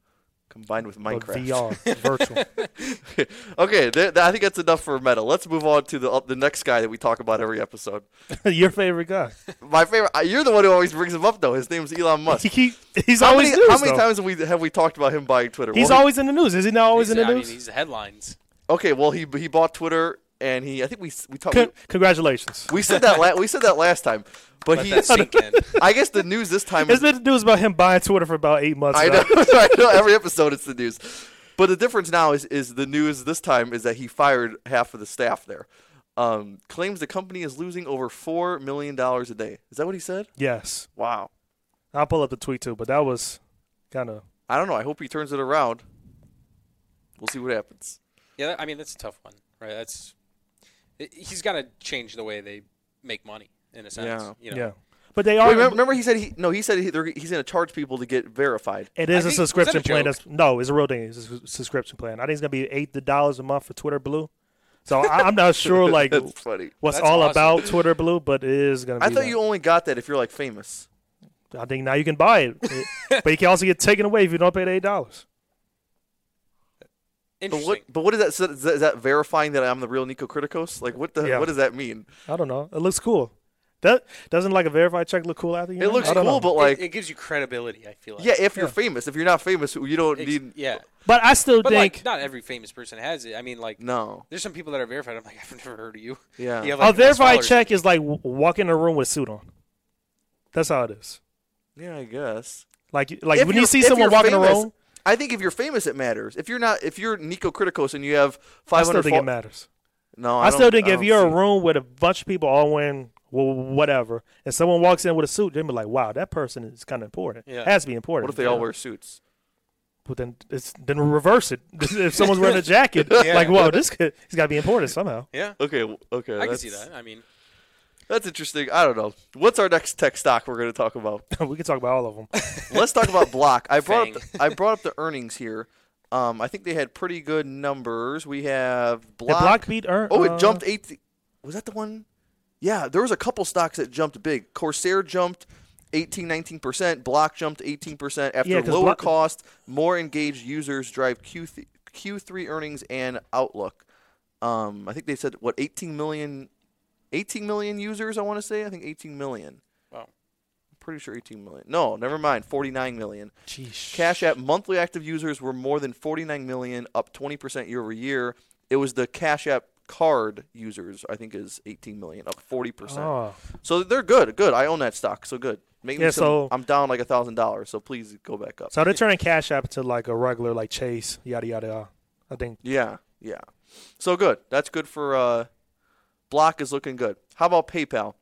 Speaker 2: combined with
Speaker 1: But
Speaker 2: Minecraft.
Speaker 1: VR virtual.
Speaker 2: okay, th- th- I think that's enough for meta. Let's move on to the uh, the next guy that we talk about every episode.
Speaker 1: Your favorite guy.
Speaker 2: My favorite. uh, You're the one who always brings him up, though. His name's Elon Musk.
Speaker 1: He, he, he's
Speaker 2: How
Speaker 1: always
Speaker 2: many,
Speaker 1: news,
Speaker 2: how many
Speaker 1: though.
Speaker 2: times have we have we talked about him buying Twitter?
Speaker 1: He's
Speaker 2: Well, he-
Speaker 1: always in the news. Is he not always in
Speaker 3: He's-
Speaker 1: the
Speaker 3: I
Speaker 1: news?
Speaker 3: mean, he's the headlines.
Speaker 2: okay. Well, he he bought Twitter, and he I think we s- we talked
Speaker 1: Con- congratulations.
Speaker 2: we, we said that la- we said that last time, but
Speaker 3: Let
Speaker 2: he
Speaker 3: that sink in.
Speaker 2: I guess the news this time
Speaker 1: It's
Speaker 2: is
Speaker 1: been the news about him buying Twitter for about eight months.
Speaker 2: I
Speaker 1: now.
Speaker 2: know, I know every episode it's the news. But the difference now is is the news this time is that he fired half of the staff there. Um, claims the company is losing over four million dollars a day. Is that what he said?
Speaker 1: Yes.
Speaker 2: Wow.
Speaker 1: I'll pull up the tweet too, but that was kind of.
Speaker 2: I don't know. I hope he turns it around. We'll see what happens.
Speaker 3: Yeah, that- I mean that's a tough one, right? That's i- he's got to change the way they make money in a sense.
Speaker 2: Yeah.
Speaker 3: you know?
Speaker 1: Yeah. But they
Speaker 2: Wait,
Speaker 1: are.
Speaker 2: remember, remember he said he no. He said he, they're, he's going to charge people to get verified.
Speaker 1: it
Speaker 3: I
Speaker 1: is a
Speaker 3: think- was that
Speaker 1: subscription
Speaker 3: a
Speaker 1: plan.
Speaker 3: joke?
Speaker 1: That's, no, it's a real thing. It's a su- subscription plan. I think it's going to be $8 dollars a month for Twitter Blue. So I, I'm not sure like
Speaker 2: That's funny.
Speaker 1: what's
Speaker 3: That's
Speaker 1: all
Speaker 3: awesome.
Speaker 1: about Twitter Blue, but it is going to
Speaker 2: I
Speaker 1: be.
Speaker 2: thought
Speaker 1: that.
Speaker 2: you only got that if you're like famous.
Speaker 1: I think now you can buy it. It- but you can also get taken away if you don't pay the $8.
Speaker 2: But
Speaker 3: Interesting.
Speaker 2: what? But what is that? so Is that, is that verifying that I'm the real Nico Criticos? Like what the?
Speaker 1: Yeah.
Speaker 2: What does that mean?
Speaker 1: I don't know. It looks cool. That Doesn't like a verified check look cool after you?
Speaker 2: It looks
Speaker 1: I
Speaker 2: cool,
Speaker 1: don't know.
Speaker 2: but
Speaker 3: It-
Speaker 2: like
Speaker 3: it, gives you credibility. I feel like
Speaker 2: Yeah, if you're famous. If you're not famous, you don't
Speaker 3: Ex-
Speaker 2: need.
Speaker 3: yeah,
Speaker 1: But I still
Speaker 3: but
Speaker 1: think.
Speaker 3: like not every famous person has it. I mean, like
Speaker 2: No.
Speaker 3: there's some people that are verified. I'm like I've never heard of you.
Speaker 2: Yeah.
Speaker 3: You have,
Speaker 1: a
Speaker 3: like,
Speaker 1: verified
Speaker 3: scholarship.
Speaker 1: check is like w- walking in a room with a suit on. That's how it is.
Speaker 2: Yeah, I guess.
Speaker 1: Like, you- like
Speaker 2: If
Speaker 1: when you
Speaker 2: you're-
Speaker 1: see
Speaker 2: if
Speaker 1: someone
Speaker 2: you're
Speaker 1: walking in a
Speaker 2: famous,
Speaker 1: room,
Speaker 2: I think if you're famous, it matters. If you're not, if you're Nico Criticos and you have
Speaker 1: I
Speaker 2: 500.
Speaker 1: still think
Speaker 2: fol-
Speaker 1: it matters.
Speaker 2: No,
Speaker 1: I,
Speaker 2: I,
Speaker 1: still
Speaker 2: don't-
Speaker 1: think
Speaker 2: I
Speaker 1: if
Speaker 2: don't
Speaker 1: you're
Speaker 2: see
Speaker 1: a
Speaker 2: it.
Speaker 1: room with a bunch of people all wearing wh- whatever, and someone walks in with a suit, they be like, "Wow, that person is kind of important.
Speaker 3: Yeah.
Speaker 1: Has to be important."
Speaker 2: what if they all wear suits?
Speaker 1: But then it's then reverse it. if someone's wearing a jacket, like, "Whoa, this could, he's got to be important somehow."
Speaker 3: Yeah,
Speaker 2: Okay, w- okay.
Speaker 3: I can see
Speaker 2: that's-
Speaker 3: that. I mean,
Speaker 2: That's interesting. I don't know. What's our next tech stock we're going to talk about?
Speaker 1: we can talk about all of them.
Speaker 2: Let's talk about Block. I brought up,
Speaker 3: Fang.
Speaker 2: I brought up the earnings here. Um, I think they had pretty good numbers. We have
Speaker 1: Did
Speaker 2: Block.
Speaker 1: Block beat Earn? uh,
Speaker 2: Oh, it jumped eight. Was that the one? Yeah, there was a couple stocks that jumped big. Corsair jumped 18, 19%. Block jumped 18% after
Speaker 1: Yeah, 'cause
Speaker 2: lower
Speaker 1: Block-
Speaker 2: cost, more engaged users drive Q3, Q3 earnings and outlook. Um, I think they said, what, 18 million, 18 million users, I want to say? I think 18 million.
Speaker 3: wow.
Speaker 2: I'm pretty sure 18 million. No, never mind, 49 million.
Speaker 1: Jeez.
Speaker 2: Cash App monthly active users were more than 49 million, up 20% year over year. It was the Cash App card users, I think, is 18 million, up 40%.
Speaker 1: Oh.
Speaker 2: So they're good. Good. I own that stock. So good. Make me
Speaker 1: Yeah,
Speaker 2: some-
Speaker 1: so-
Speaker 2: I'm down like a thousand dollars. So please go back up.
Speaker 1: So they're turning Cash App into like a regular like Chase, yada yada. yada. I think
Speaker 2: yeah. Yeah. So good. That's good for. Uh, Block is looking good. How about PayPal?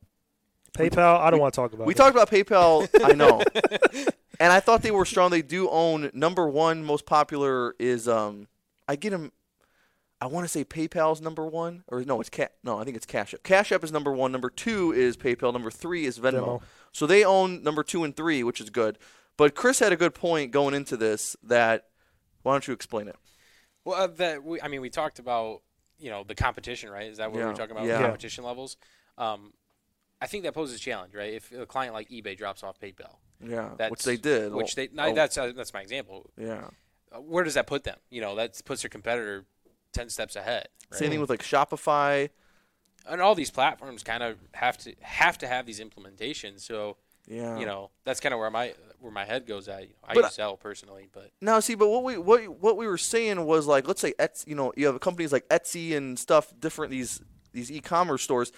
Speaker 1: PayPal. I don't want to talk about.
Speaker 2: We
Speaker 1: it.
Speaker 2: talked about PayPal. I know, and I thought they were strong. They do own number one most popular is um. I get them. I want to say PayPal's number one, or no, it's Ca- no, I think it's Cash App. Cash App is number one. Number two is PayPal. Number three is Venmo.
Speaker 1: Venmo.
Speaker 2: So they own number two and three, which is good. But Chris had a good point going into this. That why don't you explain it?
Speaker 3: Well, uh, that we, I mean, we talked about you know the competition, right? Is that what we
Speaker 2: Yeah,
Speaker 3: we're talking about?
Speaker 2: yeah.
Speaker 1: Yeah.
Speaker 3: Competition levels. Um, I think that poses a challenge, right? If a client like eBay drops off PayPal,
Speaker 2: Yeah,
Speaker 3: that's
Speaker 2: which they did.
Speaker 3: Which they no,
Speaker 2: Oh,
Speaker 3: that's uh, that's my example.
Speaker 2: yeah.
Speaker 3: Uh, Where does that put them? You know, that puts their competitor ten steps ahead. Right?
Speaker 2: Same thing with like Shopify.
Speaker 3: and all these platforms kind of have to have to have these implementations. So
Speaker 2: Yeah.
Speaker 3: you know, that's kind of where my where my head goes at. You know, I
Speaker 2: But I-
Speaker 3: use Zelle personally, but
Speaker 2: Now, see, but what we what what we were saying was like, let's say Etsy, you know, you have companies like Etsy and stuff, different these these e-commerce stores.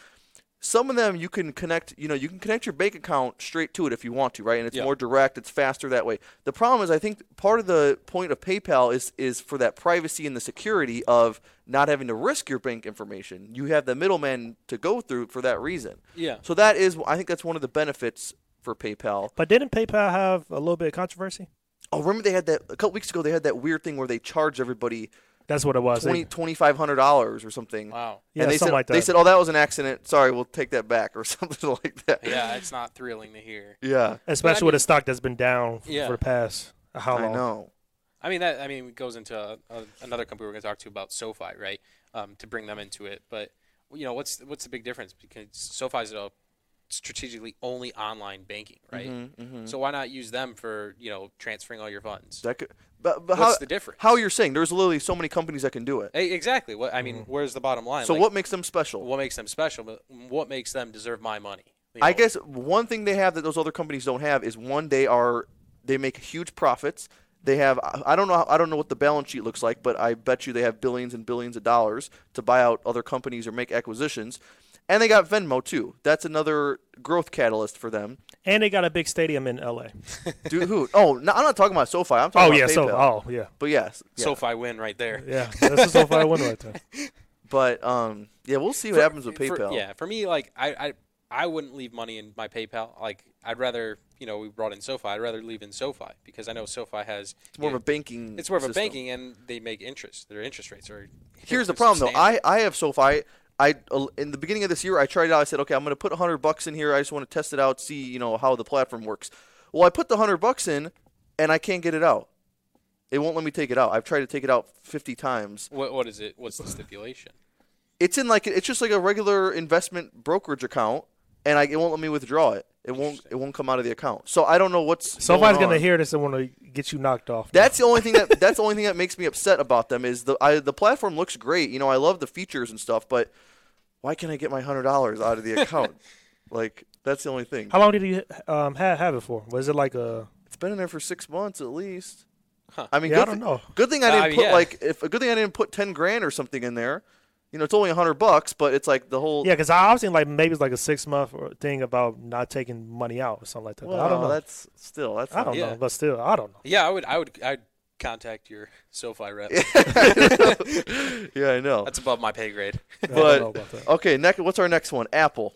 Speaker 2: Some of them you can connect, you know, you can connect your bank account straight to it if you want to, right? And it's
Speaker 3: Yeah.
Speaker 2: more direct, it's faster that way. The problem is, I think part of the point of PayPal is is for that privacy and the security of not having to risk your bank information. You have the middleman to go through for that reason.
Speaker 3: yeah,
Speaker 2: So that is, I think, that's one of the benefits for PayPal.
Speaker 1: But didn't PayPal have a little bit of controversy?
Speaker 2: Oh, remember they had that a couple weeks ago. They had that weird thing where they charged everybody
Speaker 1: That's what it was. They-
Speaker 2: twenty twenty five hundred dollars or something.
Speaker 3: wow,
Speaker 1: yeah,
Speaker 2: and they
Speaker 1: something
Speaker 2: said
Speaker 1: like that.
Speaker 2: they said, "Oh, that was an accident. Sorry, we'll take that back," or something like that.
Speaker 3: yeah, it's not thrilling to hear.
Speaker 2: Yeah,
Speaker 1: especially
Speaker 3: But I
Speaker 1: with
Speaker 3: mean-
Speaker 1: a stock that's been down f-
Speaker 3: Yeah.
Speaker 1: for the past uh, how
Speaker 2: I
Speaker 1: long?
Speaker 2: know.
Speaker 3: I mean, that I mean it goes into uh uh another company we're going to talk to about SoFi, right? Um, to bring them into it, but you know, what's what's the big difference? Because SoFi is a strategically only online banking, right?
Speaker 2: Mm-hmm,
Speaker 3: So why not use them for you know transferring all your funds?
Speaker 2: That could, but but
Speaker 3: What's
Speaker 2: how
Speaker 3: the difference?
Speaker 2: how you're saying there's literally so many companies that can do it.
Speaker 3: Hey, exactly. What I mean, where's the bottom line?
Speaker 2: Mm-hmm. So
Speaker 3: Like,
Speaker 2: what makes them special?
Speaker 3: what makes them special? But what makes them deserve my money? You
Speaker 2: I
Speaker 3: know?
Speaker 2: guess one thing they have that those other companies don't have is one they are they make huge profits. They have I I don't know I don't know what the balance sheet looks like, but I bet you they have billions and billions of dollars to buy out other companies or make acquisitions. And they got Venmo too. That's another growth catalyst for them.
Speaker 1: And they got a big stadium in LA.
Speaker 2: Dude, who? Oh, no, I'm not talking about SoFi. I'm
Speaker 1: Oh
Speaker 2: talking
Speaker 1: yeah,
Speaker 2: about
Speaker 1: so
Speaker 2: PayPal.
Speaker 1: oh yeah,
Speaker 2: But yes, yeah.
Speaker 3: SoFi win right there.
Speaker 1: yeah. That's a so far one right there.
Speaker 2: but um, yeah, we'll see what
Speaker 3: For-
Speaker 2: happens with
Speaker 3: for-
Speaker 2: PayPal.
Speaker 3: yeah, for me, like I, I, I wouldn't leave money in my PayPal. Like I'd rather, you know, we brought in SoFi. I'd rather leave in SoFi because I know SoFi has
Speaker 2: It's more of a banking.
Speaker 3: it's more of a
Speaker 2: system.
Speaker 3: banking, and they make interest. Their interest rates are.
Speaker 2: Here's the problem though.
Speaker 3: substantial.
Speaker 2: I, I have SoFi. I uh, in the beginning of this year I tried it out. I said, okay, I'm going to put 100 bucks in here. I just want to test it out, see you know how the platform works. Well, I put the 100 bucks in, and I can't get it out. It won't let me take it out. I've tried to take it out 50 times.
Speaker 3: what, what is it? What's the stipulation?
Speaker 2: It's in like it's just like a regular investment brokerage account, and I, it won't let me withdraw it. It won't it won't come out of the account. So I don't know what's
Speaker 1: Somebody's
Speaker 2: going
Speaker 1: gonna
Speaker 2: on.
Speaker 1: hear this and want to get you knocked off.
Speaker 2: That's the only thing that that's the only thing that makes me upset about them is the I, the platform looks great. You know, I love the features and stuff, but why can't I get my hundred dollars out of the account? like that's the only thing.
Speaker 1: How long did you um have, have it for? Was it like a?
Speaker 2: It's been in there for six months at least.
Speaker 3: Huh.
Speaker 2: I mean,
Speaker 1: Yeah, I
Speaker 2: good,
Speaker 1: don't
Speaker 2: thi-
Speaker 1: know.
Speaker 2: good thing I
Speaker 3: Uh,
Speaker 2: didn't
Speaker 3: I mean,
Speaker 2: put
Speaker 3: yeah.
Speaker 2: like if a good thing I didn't put ten grand or something in there. You know, it's only hundred bucks, but it's like the whole.
Speaker 1: Yeah, because I was thinking like maybe it's like a six month or thing about not taking money out or something like that.
Speaker 2: well,
Speaker 1: but I don't know.
Speaker 2: That's still that's.
Speaker 1: I don't
Speaker 3: Yeah.
Speaker 1: know. But still, I don't know.
Speaker 3: Yeah, I would, I would, I'd contact your SoFi rep.
Speaker 2: don't. yeah, I know.
Speaker 3: That's above my pay grade.
Speaker 1: I don't
Speaker 2: But- oh,
Speaker 1: know about that.
Speaker 2: Okay, next. What's our next one? Apple.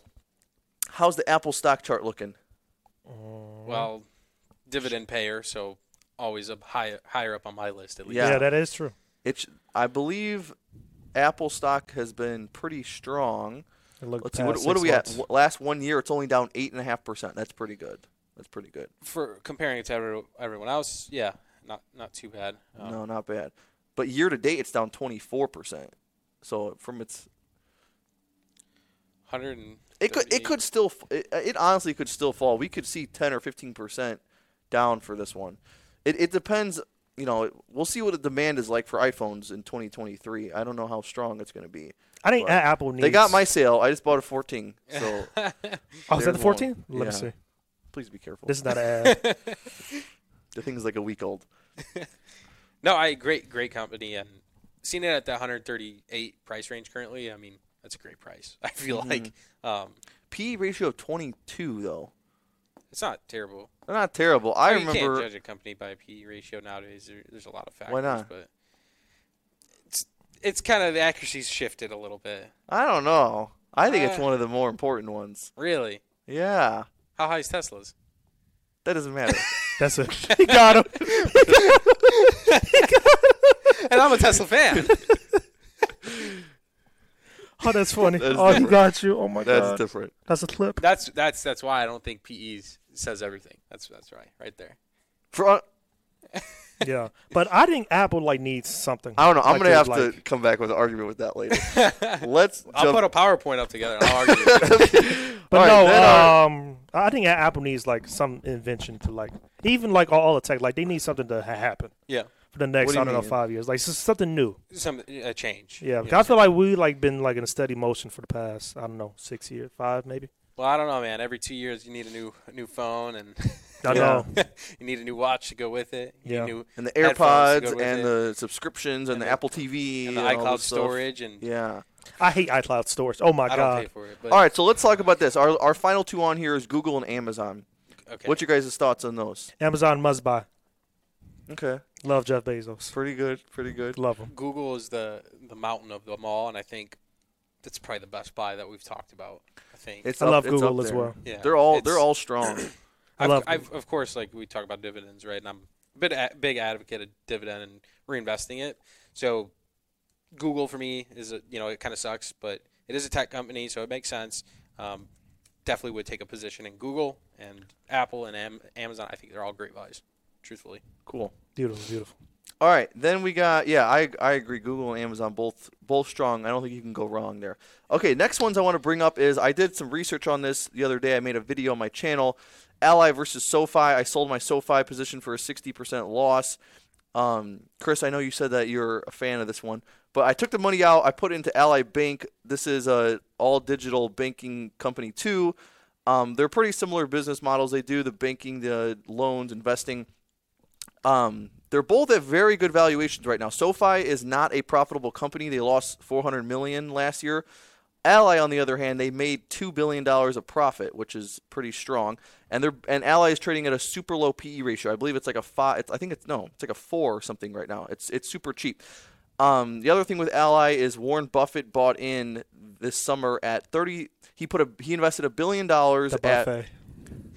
Speaker 2: How's the Apple stock chart looking?
Speaker 3: well, dividend payer, so always up higher, higher up on my list at least.
Speaker 2: yeah.
Speaker 1: yeah, that is true.
Speaker 2: It's I believe Apple stock has been pretty strong.
Speaker 1: It looked
Speaker 2: Let's see
Speaker 1: past
Speaker 2: what, what are
Speaker 1: six
Speaker 2: we at?
Speaker 1: months.
Speaker 2: W- Last one year, it's only down eight and a half percent. That's pretty good. That's pretty good.
Speaker 3: For comparing it to every- everyone else, yeah, not not too bad.
Speaker 1: Oh.
Speaker 3: Um,
Speaker 2: No, not bad. But year to date, it's down twenty four percent. So from its,
Speaker 3: Hundred and
Speaker 2: it could it could still f- it, it honestly could still fall. We could see ten or fifteen percent down for this one. It it depends. You know, we'll see what the demand is like for iPhones in 2023. I don't know how strong it's going to be.
Speaker 1: I think
Speaker 2: but
Speaker 1: Apple needs.
Speaker 2: They got my sale. I just bought a 14, so
Speaker 1: Oh, is that the
Speaker 2: there's one.
Speaker 1: 14? Let
Speaker 2: Yeah.
Speaker 1: me see.
Speaker 2: please be careful.
Speaker 1: This is not an ad.
Speaker 2: The thing's like a week old.
Speaker 3: no, I great great company and seeing it at that 138 price range currently. I mean, that's a great price. I feel
Speaker 2: Mm-hmm.
Speaker 3: like um,
Speaker 2: P ratio of 22 though.
Speaker 3: it's not terrible.
Speaker 2: They're not terrible. I
Speaker 3: I mean, you
Speaker 2: remember
Speaker 3: can't judge a company by a PE ratio nowadays. There, there's a lot of factors.
Speaker 2: Why not?
Speaker 3: But it's it's kind of the accuracy's shifted a little bit.
Speaker 2: I don't know. I think it's
Speaker 3: Uh,
Speaker 2: one of the more important ones.
Speaker 3: Really,
Speaker 2: Yeah.
Speaker 3: How high is Tesla's?
Speaker 2: That doesn't matter.
Speaker 1: That's it. he got him.
Speaker 3: And I'm a Tesla fan.
Speaker 1: Oh, that's funny.
Speaker 2: That is
Speaker 1: oh, he
Speaker 2: different.
Speaker 1: got you. Oh my
Speaker 2: That's
Speaker 1: god.
Speaker 2: different.
Speaker 1: That's a clip.
Speaker 3: that's that's that's why I don't think PE says everything. That's that's right, right there.
Speaker 2: For uh,
Speaker 1: yeah, but I think Apple like needs something.
Speaker 2: I don't know. I'm
Speaker 1: Like,
Speaker 2: gonna
Speaker 1: to,
Speaker 2: have
Speaker 1: like,
Speaker 2: to come back with an argument with that later. Let's
Speaker 3: I'll
Speaker 2: jump.
Speaker 3: put a PowerPoint up together. And I'll argue. with you.
Speaker 1: But
Speaker 2: All right,
Speaker 1: no,
Speaker 2: then, uh,
Speaker 1: um, I think A- Apple needs like some invention to like even like all, all the tech. Like they need something to ha- happen
Speaker 3: yeah,
Speaker 1: for the next
Speaker 2: What do
Speaker 1: I
Speaker 2: you
Speaker 1: don't know
Speaker 2: mean?
Speaker 1: five years. Like s- something new.
Speaker 3: some a change.
Speaker 1: Yeah,
Speaker 3: you
Speaker 1: because
Speaker 3: know.
Speaker 1: I feel like we like been like in a steady motion for the past I don't know six years, five maybe.
Speaker 3: Well, I don't know, man. Every two years, you need a new a new phone, and
Speaker 1: I
Speaker 2: Yeah.
Speaker 1: know.
Speaker 3: you need a new watch to go with it. You
Speaker 1: Yeah.
Speaker 3: need new
Speaker 2: and the
Speaker 3: headphones to go
Speaker 2: AirPods
Speaker 3: with
Speaker 2: and
Speaker 3: it,
Speaker 2: the subscriptions and,
Speaker 3: And
Speaker 2: the,
Speaker 3: the-
Speaker 2: Apple TV
Speaker 3: and the
Speaker 2: all
Speaker 3: iCloud
Speaker 2: this stuff.
Speaker 3: storage, and
Speaker 2: Yeah.
Speaker 1: I hate iCloud storage. Oh my
Speaker 3: I don't pay
Speaker 1: god.
Speaker 3: for it. But
Speaker 2: All right. So let's talk about this. Our our final two on here is Google and Amazon.
Speaker 3: okay.
Speaker 2: What's your guys' thoughts on those?
Speaker 1: Amazon must buy.
Speaker 2: Okay.
Speaker 1: Love Jeff Bezos.
Speaker 2: Pretty good. Pretty good.
Speaker 1: Love him.
Speaker 3: Google is the the mountain of them all, and I think that's probably the best buy that we've talked about. I think.
Speaker 2: It's
Speaker 1: I
Speaker 2: up-
Speaker 1: love
Speaker 2: it's up
Speaker 1: Google as
Speaker 2: there.
Speaker 1: well.
Speaker 3: yeah,
Speaker 2: They're all
Speaker 3: it's-
Speaker 2: they're all strong.
Speaker 1: I
Speaker 3: I've,
Speaker 1: love
Speaker 3: I've, of course, like we talk about dividends, right? And I'm a bit a, big advocate of dividend and reinvesting it. So Google for me is a, you know it kind of sucks, but it is a tech company, so it makes sense. Um, definitely would take a position in Google and Apple and Am- Amazon. I think they're all great buys, truthfully.
Speaker 2: cool.
Speaker 1: Beautiful, beautiful.
Speaker 2: All right, then we got yeah, I I agree. Google and Amazon both both strong. I don't think you can go wrong there. Okay, next ones I want to bring up is I did some research on this the other day. I made a video on my channel, Ally versus SoFi. I sold my SoFi position for a sixty percent loss. Um, Chris, I know you said that you're a fan of this one, but I took the money out. I put it into Ally Bank. This is a all digital banking company too. Um, they're pretty similar business models. They do the banking, the loans, investing. Um, they're both at very good valuations right now. SoFi is not a profitable company. They lost 400 million last year. Ally, on the other hand, they made two billion dollars of profit, which is pretty strong. And they're and Ally is trading at a super low PE ratio. I believe it's like a five. It's, I think it's no, it's like a four or something right now. It's it's super cheap. Um, the other thing with Ally is Warren Buffett bought in this summer at 30. He put a he invested a billion dollars
Speaker 1: The
Speaker 2: at
Speaker 1: buffet.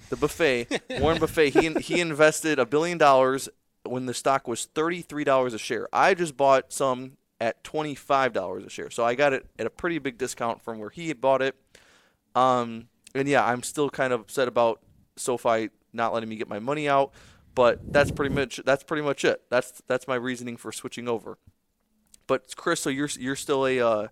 Speaker 2: the buffet, Warren Buffet, he he invested a billion dollars when the stock was thirty three dollars a share. I just bought some at twenty five dollars a share, so I got it at a pretty big discount from where he had bought it. Um, and yeah, I'm still kind of upset about SoFi not letting me get my money out, but that's pretty much that's pretty much it. That's that's my reasoning for switching over. But Chris, so you're you're still a uh,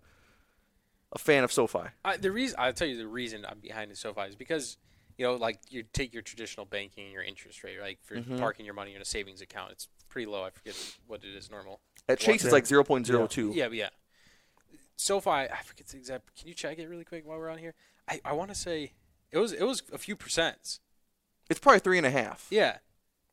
Speaker 2: a fan of SoFi.
Speaker 3: I, the reason I'll tell you the reason I'm behind the SoFi is because you know, like you take your traditional banking and your interest rate, like for parking your money in a savings account, it's pretty low. I forget what it is normal.
Speaker 2: At Chase, it's like 0.02.
Speaker 3: Yeah, but yeah. SoFi, I forget the exact. Can you check it really quick while we're on here? I, I want to say it was it was a few percents.
Speaker 2: It's probably three and a half.
Speaker 3: Yeah,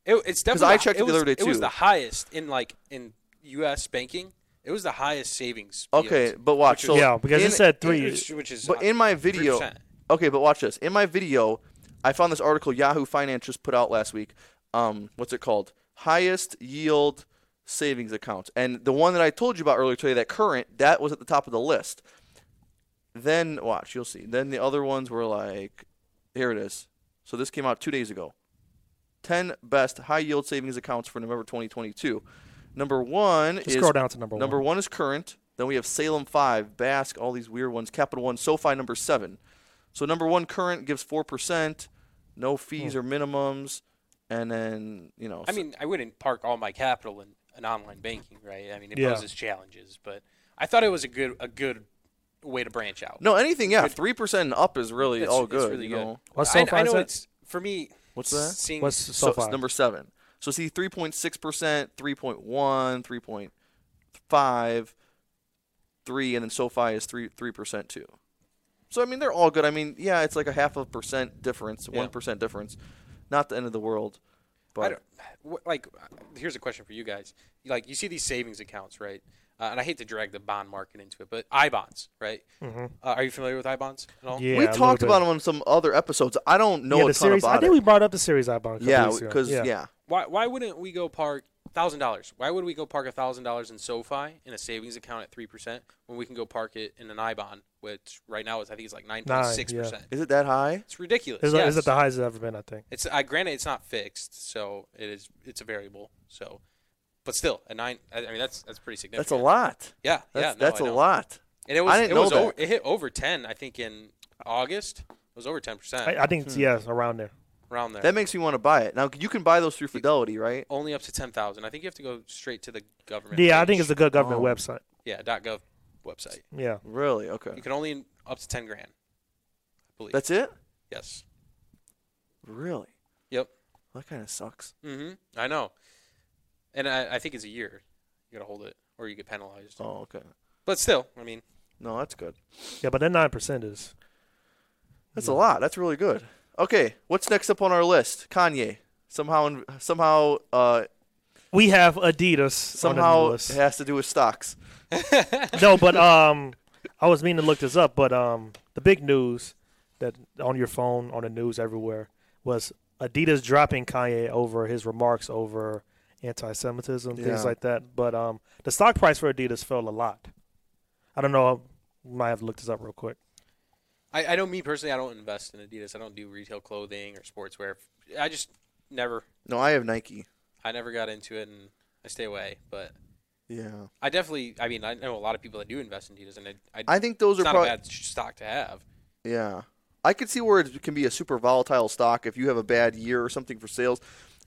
Speaker 3: it, it's definitely.
Speaker 2: I
Speaker 3: the-
Speaker 2: checked
Speaker 3: it
Speaker 2: it the
Speaker 3: was-
Speaker 2: other day,
Speaker 3: It was
Speaker 2: too.
Speaker 3: the highest in like in U.S. banking. It was the highest savings. yield,
Speaker 2: Okay, but watch.
Speaker 3: which
Speaker 2: So
Speaker 3: is-
Speaker 1: Yeah, because
Speaker 2: in-
Speaker 1: it said three.
Speaker 3: which, which is
Speaker 2: But in my video,
Speaker 3: 3%.
Speaker 2: okay, but watch this. In my video, I found this article Yahoo Finance just put out last week. Um, what's it called? Highest yield savings accounts, and the one that I told you about earlier today, that current, that was at the top of the list. Then watch, you'll see. Then the other ones were like, here it is. So this came out two days ago. 10 best high yield savings accounts for November 2022. Number one
Speaker 1: Just
Speaker 2: is
Speaker 1: scroll down to number one.
Speaker 2: Number one is current. Then we have Salem five, Basque, all these weird ones. Capital One, SoFi number seven. So number one current gives four percent, no fees or minimums, and then you know.
Speaker 3: Hmm. I
Speaker 2: so-
Speaker 3: mean, I wouldn't park all my capital in an online banking, right? I mean, it
Speaker 1: Yeah.
Speaker 3: poses challenges, but I thought it was a good a good way to branch out.
Speaker 2: no, anything. Yeah, three percent and up is really
Speaker 3: It's-
Speaker 2: all
Speaker 3: it's
Speaker 2: good.
Speaker 3: really
Speaker 2: you
Speaker 3: good.
Speaker 2: know?
Speaker 1: What's
Speaker 3: I,
Speaker 1: SoFi
Speaker 3: I
Speaker 1: is
Speaker 3: know
Speaker 1: at?
Speaker 3: it's for me.
Speaker 2: What's that?
Speaker 3: Seeing
Speaker 1: What's
Speaker 2: So,
Speaker 1: so,
Speaker 2: it's number seven. So see, three point six percent, three point one, three point five, three, and then SoFi is three three percent too. So I mean, they're all good. I mean, yeah, it's like a half a percent difference,
Speaker 3: Yeah.
Speaker 2: one percent difference. Not the end of the world,
Speaker 3: I
Speaker 2: but
Speaker 3: don't, wh- like, uh, here's a question for you guys. Like, you see these savings accounts, right? Uh, and I hate to drag the bond market into it, but I bonds, right? Uh, are you familiar with I bonds at all?
Speaker 1: Mm-hmm. Yeah,
Speaker 2: we
Speaker 1: a little
Speaker 2: talked
Speaker 1: bit.
Speaker 2: about them on some other episodes. I don't know
Speaker 1: yeah,
Speaker 2: a
Speaker 1: the
Speaker 2: ton
Speaker 1: series.
Speaker 2: about
Speaker 1: I think
Speaker 2: it.
Speaker 1: we brought up the series I bought. a couple
Speaker 2: yeah,
Speaker 1: weeks ago.
Speaker 2: because yeah.
Speaker 3: Why, why wouldn't we go park thousand dollars. Why would we go park thousand dollars in SoFi in a savings account at three percent when we can go park it in an IBON, which right now is I think it's like nine point six percent.
Speaker 2: Is it that high?
Speaker 3: It's ridiculous.
Speaker 1: Is, it- is
Speaker 3: yes.
Speaker 1: it the highest it's ever been? I think.
Speaker 3: It's I granted it's not fixed, so it is it's a variable. So, but still at nine, I, I mean that's that's pretty significant.
Speaker 2: That's a lot.
Speaker 3: Yeah,
Speaker 2: That's,
Speaker 3: yeah, no,
Speaker 2: that's
Speaker 3: I
Speaker 2: a
Speaker 3: know.
Speaker 2: lot.
Speaker 3: And it was
Speaker 2: didn't
Speaker 3: it
Speaker 2: know
Speaker 3: was
Speaker 2: that.
Speaker 3: over, it hit over ten, I think in August. It was over
Speaker 1: I,
Speaker 3: ten
Speaker 2: Uh,
Speaker 3: percent
Speaker 1: I think it's
Speaker 2: hmm.
Speaker 1: yeah, it's around there.
Speaker 3: around there.
Speaker 2: That makes me want to buy it. Now you can buy those through Fidelity, right?
Speaker 3: Only up to ten thousand. I think you have to go straight to the government.
Speaker 1: Yeah, I
Speaker 3: page.
Speaker 1: think it's a good government
Speaker 2: Oh.
Speaker 1: website.
Speaker 3: yeah dot gov website.
Speaker 1: Yeah,
Speaker 2: Really? Okay.
Speaker 3: You can only up to ten grand. I believe
Speaker 2: That's it?
Speaker 3: yes.
Speaker 2: Really?
Speaker 3: Yep.
Speaker 2: That kind of sucks.
Speaker 3: Mm-hmm. I know. And I, I think it's a year. You gotta hold it, or you get penalized.
Speaker 2: Oh, okay.
Speaker 3: But still, I mean,
Speaker 2: No, that's good.
Speaker 1: yeah, but that nine percent is
Speaker 2: That's a lot. That's really good. Okay, what's next up on our list? Kanye. Somehow, in- somehow, uh,
Speaker 1: we have Adidas on the
Speaker 2: somehow it
Speaker 1: list.
Speaker 2: has to do with stocks.
Speaker 1: no, but um, I was meaning to look this up, but um, the big news that on your phone, on the news, everywhere was Adidas dropping Kanye over his remarks over anti-Semitism,
Speaker 2: Yeah.
Speaker 1: things like that. But um, the stock price for Adidas fell a lot. I don't know. I might have to look this up real quick.
Speaker 3: I, I know me personally. I don't invest in Adidas. I don't do retail clothing or sportswear. I just never.
Speaker 2: No, I have Nike.
Speaker 3: I never got into it, and I stay away. But
Speaker 2: Yeah.
Speaker 3: I definitely. I mean, I know a lot of people that do invest in Adidas, and I. I,
Speaker 2: I think those
Speaker 3: it's
Speaker 2: are
Speaker 3: not
Speaker 2: probably.
Speaker 3: a bad sh- stock to have.
Speaker 2: Yeah. I could see where it can be a super volatile stock if you have a bad year or something for sales.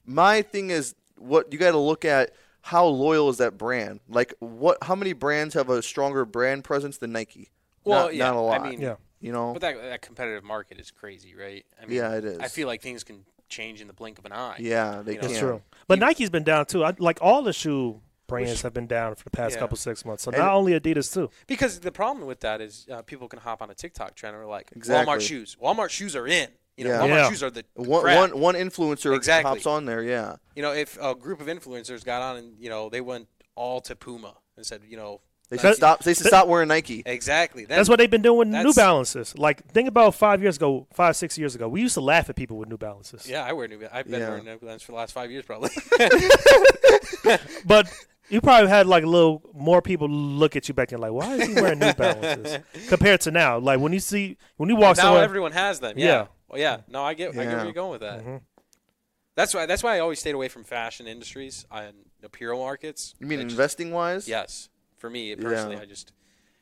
Speaker 2: My thing is what you got to look at how loyal is that brand? Like what how many brands have a stronger brand presence than Nike?
Speaker 3: Well,
Speaker 2: not,
Speaker 3: yeah.
Speaker 2: not a lot.
Speaker 3: I mean,
Speaker 1: Yeah.
Speaker 2: you know.
Speaker 3: but that that competitive market is crazy, right? I mean,
Speaker 2: Yeah, it is.
Speaker 3: I feel like things can change in the blink of an eye.
Speaker 2: yeah, they
Speaker 3: you know,
Speaker 2: can.
Speaker 1: That's true. But Nike's been down too. I, like all the shoe brands have been down for the past
Speaker 3: Yeah.
Speaker 1: couple six months. So
Speaker 2: And-
Speaker 1: not only Adidas too.
Speaker 3: Because the problem with that is uh, people can hop on a TikTok trend and are like,
Speaker 2: Exactly.
Speaker 3: Walmart shoes. Walmart shoes are in. You know,
Speaker 2: Yeah.
Speaker 3: Walmart
Speaker 1: Yeah.
Speaker 3: shoes are the
Speaker 2: One,
Speaker 3: crap.
Speaker 2: one one influencer
Speaker 3: Exactly.
Speaker 2: pops on there, yeah.
Speaker 3: You know, if a group of influencers got on and you know they went all to Puma and said, you know,
Speaker 2: They
Speaker 1: That-
Speaker 2: should stop they should
Speaker 1: that-
Speaker 2: stop wearing Nike.
Speaker 3: exactly. Then,
Speaker 1: That's what they've been doing with New
Speaker 3: that's-
Speaker 1: Balances. Like think about five years ago, five six years ago, we used to laugh at people with New Balances.
Speaker 3: Yeah, I wear New Balance. I've been
Speaker 2: Yeah.
Speaker 3: wearing New Balance for the last five years, probably.
Speaker 1: But you probably had like a little more people look at you back then, like, why is he wearing New Balances compared to now? Like when you see when you walk
Speaker 3: now
Speaker 1: somewhere,
Speaker 3: everyone has them. Yeah.
Speaker 1: uh, Yeah.
Speaker 3: Well, yeah. No, I get. I get
Speaker 2: Yeah.
Speaker 3: where you're going with that.
Speaker 1: Mhm.
Speaker 3: That's why. That's why I always stayed away from fashion industries and apparel markets.
Speaker 2: You mean
Speaker 3: It just-
Speaker 2: investing wise?
Speaker 3: Yes, for me personally,
Speaker 2: Yeah.
Speaker 3: I just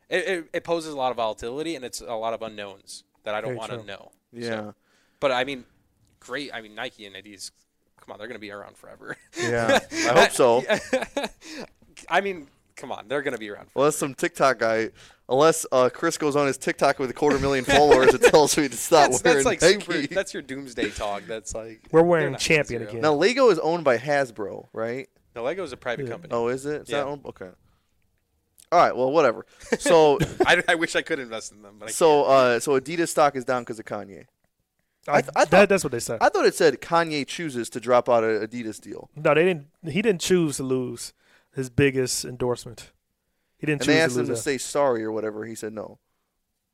Speaker 3: it, it, it poses a lot of volatility and it's a lot of unknowns that I don't
Speaker 1: Very
Speaker 3: want to
Speaker 1: true.
Speaker 3: know.
Speaker 2: Yeah.
Speaker 3: So- but I mean, great. I mean, Nike and Adidas. Come on, they're going to be around forever.
Speaker 2: Yeah. I hope so.
Speaker 3: I mean, come on, they're going to be around. Forever.
Speaker 2: Unless some TikTok guy, unless uh, Chris goes on his TikTok with a quarter million followers and tells me to stop
Speaker 3: That's,
Speaker 2: wearing
Speaker 3: that's like
Speaker 2: Nike.
Speaker 3: super. That's your doomsday talk. That's like
Speaker 1: we're
Speaker 3: they're
Speaker 1: wearing
Speaker 3: not
Speaker 1: Champion
Speaker 3: zero.
Speaker 1: again.
Speaker 2: now Lego is owned by Hasbro, right?
Speaker 3: the Lego is a private
Speaker 1: Yeah.
Speaker 3: company.
Speaker 2: Oh, is it? It's
Speaker 3: Yeah.
Speaker 2: not owned? Okay. All right. Well, whatever. So,
Speaker 3: I, I wish I could invest in them, but I
Speaker 2: so, uh, so Adidas stock is down because of Kanye.
Speaker 1: I,
Speaker 2: I th- I
Speaker 1: that-
Speaker 2: thought-
Speaker 1: that's what they said.
Speaker 2: I thought it said Kanye chooses to drop out of Adidas deal,
Speaker 1: no, they didn't. He didn't choose to lose his biggest endorsement. He didn't choose
Speaker 2: and they
Speaker 1: to
Speaker 2: asked him
Speaker 1: lose.
Speaker 2: to
Speaker 1: That.
Speaker 2: say sorry or whatever. He said no.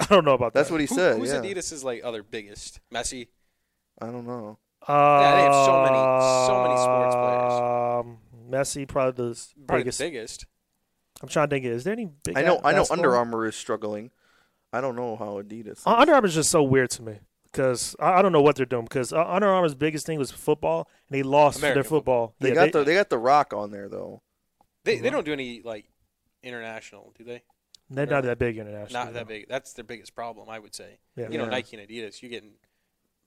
Speaker 1: I don't know about
Speaker 2: That's
Speaker 1: that.
Speaker 2: what he
Speaker 3: Who,
Speaker 2: said.
Speaker 3: who's
Speaker 2: yeah.
Speaker 3: Adidas is like other biggest? Messi.
Speaker 2: I don't know.
Speaker 1: Uh,
Speaker 3: Yeah, they have so many- so many sports players.
Speaker 1: Um, Messi probably the s-
Speaker 3: Probably
Speaker 1: biggest.
Speaker 3: the biggest.
Speaker 1: I'm trying to think. Is there any big?
Speaker 2: I know. I know.
Speaker 1: basketball?
Speaker 2: Under Armour is struggling. I don't know how Adidas. is.
Speaker 1: Uh, Under Armour is just so weird to me because I, I don't know what they're doing. Because uh, Under Armour's biggest thing was football, and they lost
Speaker 3: American
Speaker 1: their football.
Speaker 2: they
Speaker 1: Yeah,
Speaker 2: got the they got the Rock on there though.
Speaker 3: They,
Speaker 1: Mm-hmm.
Speaker 3: they don't do any like international, do they?
Speaker 1: They're not that big international.
Speaker 3: Not that big. That's their biggest problem, I would say.
Speaker 1: Yeah.
Speaker 3: You know,
Speaker 2: Yeah.
Speaker 3: Nike and Adidas, you get in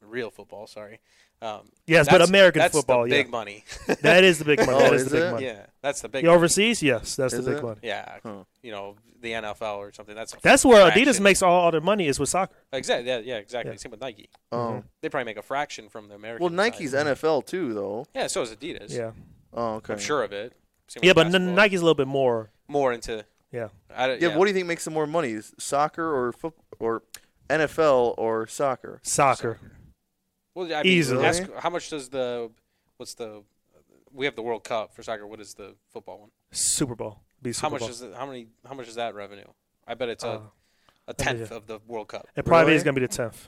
Speaker 3: real football. Sorry. Um,
Speaker 1: Yes, but
Speaker 3: that's-
Speaker 1: American
Speaker 3: that's the
Speaker 1: football, yeah.
Speaker 3: big money.
Speaker 1: That is the big money.
Speaker 2: Oh,
Speaker 1: that is,
Speaker 2: is
Speaker 1: the big
Speaker 2: it?
Speaker 1: money.
Speaker 3: yeah, that's the big.
Speaker 1: Yeah, overseas, yes, that's
Speaker 2: Is
Speaker 1: the big
Speaker 2: it?
Speaker 1: money.
Speaker 3: Yeah,
Speaker 2: Huh.
Speaker 3: you know the NFL or something. That's a
Speaker 1: That's where Adidas
Speaker 3: fraction.
Speaker 1: makes all their money is with soccer.
Speaker 3: Exactly. Yeah, yeah exactly.
Speaker 1: Yeah.
Speaker 3: Same with Nike.
Speaker 1: Mm-hmm.
Speaker 2: Um,
Speaker 3: They probably make a fraction from the American.
Speaker 2: Well,
Speaker 3: side.
Speaker 2: Nike's NFL too, though.
Speaker 3: Yeah, so is Adidas.
Speaker 1: Yeah,
Speaker 2: Oh, okay.
Speaker 3: I'm sure of it. Same
Speaker 1: yeah,
Speaker 3: with
Speaker 1: but n-
Speaker 3: basketball.
Speaker 1: Nike's a little bit more.
Speaker 3: more into.
Speaker 1: Yeah,
Speaker 3: I don't,
Speaker 2: Yeah, what do you think makes them more money, is soccer or foot or NFL or soccer?
Speaker 1: soccer.
Speaker 3: Well, I mean,
Speaker 1: Easily.
Speaker 3: ask- how much does the what's the we have the World Cup for soccer. What is the football one?
Speaker 1: Super Bowl. Be Super
Speaker 3: how much
Speaker 1: Bowl.
Speaker 3: is the, how many how much is that revenue? I bet it's
Speaker 1: Uh,
Speaker 3: a a tenth of the World Cup.
Speaker 1: it probably
Speaker 2: Really?
Speaker 1: is going to be the tenth.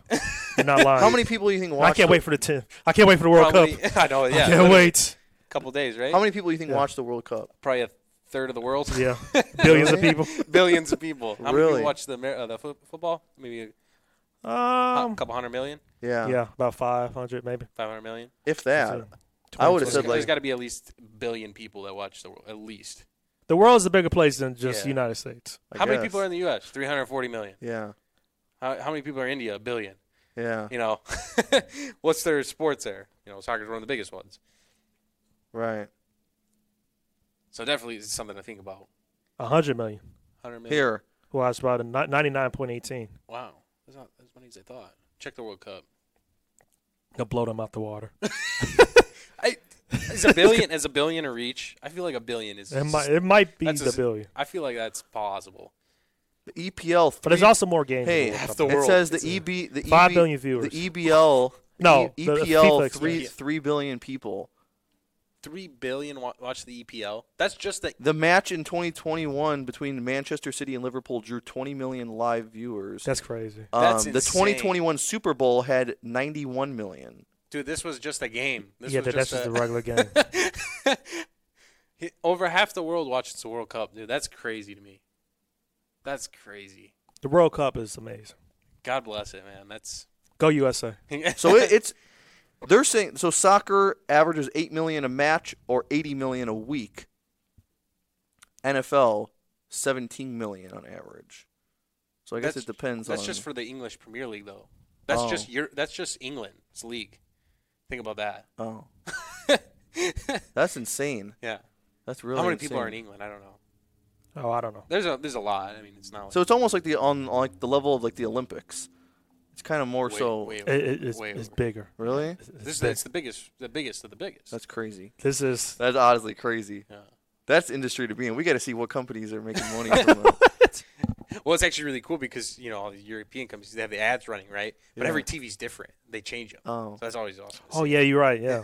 Speaker 1: You're not lying.
Speaker 2: How many people do you think watch?
Speaker 1: I can't
Speaker 2: the-
Speaker 1: wait for the tenth. I can't wait for the World Cup.
Speaker 3: Probably- I know. Yeah.
Speaker 1: I can't
Speaker 3: literally.
Speaker 1: wait.
Speaker 3: couple days, right?
Speaker 2: How many people do you think watch the World Cup?
Speaker 3: Probably a third of the world.
Speaker 1: Yeah, billions of
Speaker 2: Really?
Speaker 1: people.
Speaker 3: billions of people. How many
Speaker 2: Really?
Speaker 3: people watch the Amer- uh, the fo- football? Maybe a hu-
Speaker 1: Um,
Speaker 3: couple hundred million,
Speaker 2: Yeah.
Speaker 1: yeah, about five hundred maybe.
Speaker 3: five hundred million.
Speaker 2: If that.
Speaker 1: So,
Speaker 2: I would have
Speaker 1: It's
Speaker 3: There's
Speaker 2: said
Speaker 3: got- there's
Speaker 2: like
Speaker 3: got to be at least a billion people that watch the world. At least.
Speaker 1: The world's a bigger place than just the
Speaker 3: Yeah.
Speaker 1: United States.
Speaker 2: I
Speaker 3: how many people
Speaker 2: guess.
Speaker 3: are in the U.S.? Three hundred forty million.
Speaker 2: Yeah.
Speaker 3: How, how many people are in India? A billion.
Speaker 2: Yeah.
Speaker 3: You know, what's their sports there? You know, soccer's one of the biggest ones.
Speaker 2: Right.
Speaker 3: So definitely it's something to think about.
Speaker 1: hundred million.
Speaker 3: Hundred million.
Speaker 2: Here.
Speaker 1: Who watched about ninety nine point eighteen?
Speaker 3: Wow, that's not as many as I thought. Check the World Cup.
Speaker 1: They'll blow them out the water.
Speaker 3: I is a billion is a billion a reach? I feel like a billion is.
Speaker 1: It might, it might be
Speaker 3: That's
Speaker 1: the
Speaker 3: a-
Speaker 1: billion,
Speaker 3: I feel like that's plausible.
Speaker 2: The E EPL. Three,
Speaker 1: but there's also more games.
Speaker 2: Hey,
Speaker 1: in the World
Speaker 3: half
Speaker 1: Cup.
Speaker 3: the
Speaker 2: it
Speaker 3: world.
Speaker 2: says
Speaker 3: It's
Speaker 2: the
Speaker 3: a-
Speaker 2: EB the
Speaker 1: Five
Speaker 2: EB
Speaker 1: billion viewers.
Speaker 2: The EBL.
Speaker 1: No,
Speaker 2: E-
Speaker 1: the- the
Speaker 2: EPL
Speaker 1: FIFA
Speaker 2: three
Speaker 1: expansion.
Speaker 2: three billion people.
Speaker 3: Three billion wa- watch the EPL. That's just the
Speaker 2: The match in 2021 between Manchester City and Liverpool drew 20 million live viewers. Um,
Speaker 1: That's crazy.
Speaker 3: That's
Speaker 2: the
Speaker 3: insane.
Speaker 2: 2021 Super Bowl had 91 million.
Speaker 3: dude. This was just a game. This
Speaker 1: yeah,
Speaker 3: was
Speaker 1: that, that's just
Speaker 3: just
Speaker 1: a
Speaker 3: a-
Speaker 1: regular game.
Speaker 3: He- Over half the world watches the World Cup, dude. That's crazy to me. That's crazy.
Speaker 1: The World Cup is amazing.
Speaker 3: God bless it, man. That's
Speaker 1: Go USA.
Speaker 2: So it, it's they're saying so soccer averages 8 million a match or 80 million a week. NFL 17 million on average. So I guess
Speaker 3: That's-
Speaker 2: it depends
Speaker 3: that's
Speaker 2: on
Speaker 3: just for the English Premier League, though. That's
Speaker 2: Oh.
Speaker 3: just your. That's just England's league. Think about that.
Speaker 2: Oh. That's insane.
Speaker 3: Yeah.
Speaker 2: That's really
Speaker 3: How many people are in
Speaker 2: insane.
Speaker 3: England? I don't know.
Speaker 1: Oh, I don't know.
Speaker 3: There's a there's a lot. I mean, it's not. Like
Speaker 2: So it's almost like the on like the level of like the Olympics. It's kind of more
Speaker 3: way-
Speaker 2: so
Speaker 3: way over-
Speaker 1: It, it, it's,
Speaker 3: way
Speaker 1: it's
Speaker 3: over.
Speaker 1: bigger.
Speaker 2: Really?
Speaker 1: It's,
Speaker 3: This
Speaker 1: it's
Speaker 3: is
Speaker 1: big.
Speaker 3: it's the biggest, the biggest of the biggest.
Speaker 2: That's crazy.
Speaker 1: This is
Speaker 2: That's honestly crazy.
Speaker 3: yeah.
Speaker 2: That's industry to be in. We got to see what companies are making money from it.
Speaker 3: Well, it's actually really cool because you know all the European companies they have the ads running right, but
Speaker 2: Yeah.
Speaker 3: every TV's different. They change them,
Speaker 2: Oh.
Speaker 3: so that's always awesome. to
Speaker 1: Oh
Speaker 3: see.
Speaker 1: yeah, you're right. Yeah.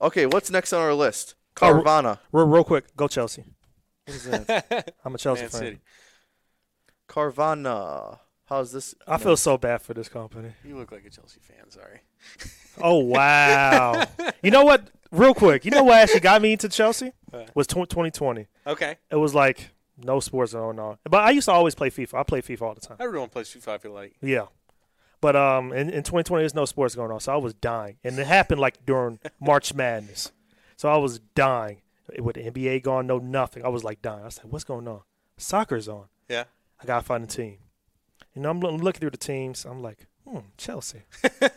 Speaker 2: Okay, what's next on our list?
Speaker 1: Oh, re-
Speaker 2: Carvana.
Speaker 1: real, real quick, go Chelsea.
Speaker 2: What is that?
Speaker 1: I'm a Chelsea
Speaker 3: Man
Speaker 1: fan.
Speaker 3: City.
Speaker 2: Carvana. How's this?
Speaker 1: I feel so bad for this company.
Speaker 3: You look like a Chelsea fan. Sorry.
Speaker 1: Oh wow! you know what? Real quick, you know what actually got me into Chelsea
Speaker 3: What?
Speaker 1: was tw- 2020.
Speaker 3: Okay,
Speaker 1: It was like no sports and on. But I used to always play FIFA. I play FIFA all the time.
Speaker 3: everyone plays FIFA. I feel like
Speaker 1: Yeah, but um, in, in 2020 there's no sports going on, so I was dying, and it happened like during March Madness, so I was dying with the NBA gone, no nothing. I was like dying. I said, "What's going on? Soccer's on.
Speaker 3: yeah.
Speaker 1: I gotta find a team." You know, I'm lo- looking through the teams. I'm like, hmm, Chelsea.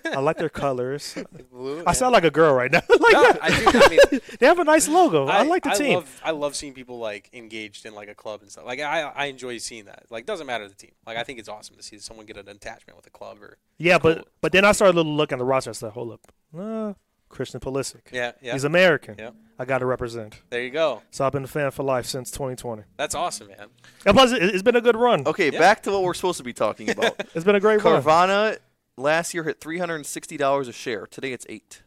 Speaker 1: I like their colors.
Speaker 3: Blue,
Speaker 1: I sound like a girl right now. like,
Speaker 3: No, I do. I mean,
Speaker 1: They have a nice logo. I, like the team.
Speaker 3: Love, I love seeing people like engaged in like a club and stuff. Like I, I enjoy seeing that. Like doesn't matter the team. Like I think it's awesome to see someone get an attachment with a club or
Speaker 1: yeah,
Speaker 3: cool.
Speaker 1: but but then I started a little look at the roster. I said, hold up, uh, Christian Pulisic.
Speaker 3: yeah, yeah.
Speaker 1: He's American.
Speaker 3: Yeah.
Speaker 1: I got to represent.
Speaker 3: there you go.
Speaker 1: So I've been a fan for life since 2020.
Speaker 3: That's awesome, man.
Speaker 1: And plus, it, it's been a good run.
Speaker 2: Okay,
Speaker 3: Yeah.
Speaker 2: back to what we're supposed to be talking about.
Speaker 1: It's been a great run.
Speaker 2: Carvana last year hit three hundred and sixty dollars a share. Today it's eight.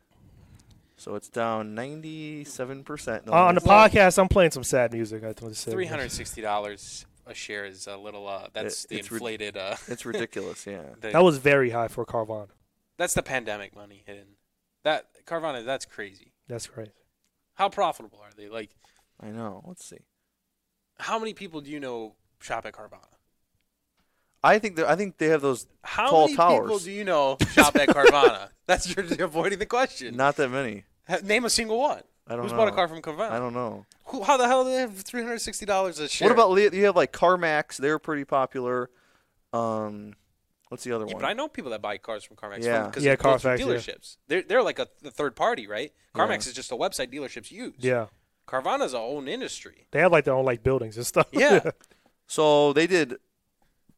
Speaker 2: So it's down ninety-seven percent.
Speaker 1: Uh, on the podcast, I'm playing some sad music. I think
Speaker 3: Three hundred sixty dollars a share is a little. Uh, that's the
Speaker 2: it's rid-
Speaker 3: inflated. Uh,
Speaker 2: it's ridiculous. Yeah.
Speaker 3: the,
Speaker 1: That was very high for Carvana.
Speaker 3: that's the pandemic money hidden. That Carvana, that's crazy.
Speaker 1: That's great.
Speaker 3: How profitable are they? Like,
Speaker 2: I know. Let's see.
Speaker 3: how many people do you know shop at Carvana?
Speaker 2: I think that I think they have those.
Speaker 3: How
Speaker 2: Tall
Speaker 3: many people
Speaker 2: towers.
Speaker 3: do you know shop at Carvana? that's you're avoiding the question.
Speaker 2: Not that many.
Speaker 3: Ha- Name a single one.
Speaker 2: I don't
Speaker 3: Who's
Speaker 2: know.
Speaker 3: bought a car from
Speaker 2: I
Speaker 3: Carvana?
Speaker 2: don't know.
Speaker 3: Who, how the hell do they have three hundred sixty dollars a share?
Speaker 2: What about Lea- you have like CarMax? They're pretty popular. Um, what's the other
Speaker 3: Yeah,
Speaker 2: one?
Speaker 3: but I know people that buy cars from CarMax.
Speaker 2: Yeah.
Speaker 3: because
Speaker 1: Yeah,
Speaker 3: it goes through
Speaker 1: Carfax, yeah.
Speaker 3: dealerships. They're they're like a, th- third party, right? CarMax
Speaker 2: Yeah.
Speaker 3: is just a website dealerships use.
Speaker 1: Yeah.
Speaker 3: Carvana's a own industry.
Speaker 1: They have like their own like buildings and stuff.
Speaker 3: Yeah.
Speaker 2: So they did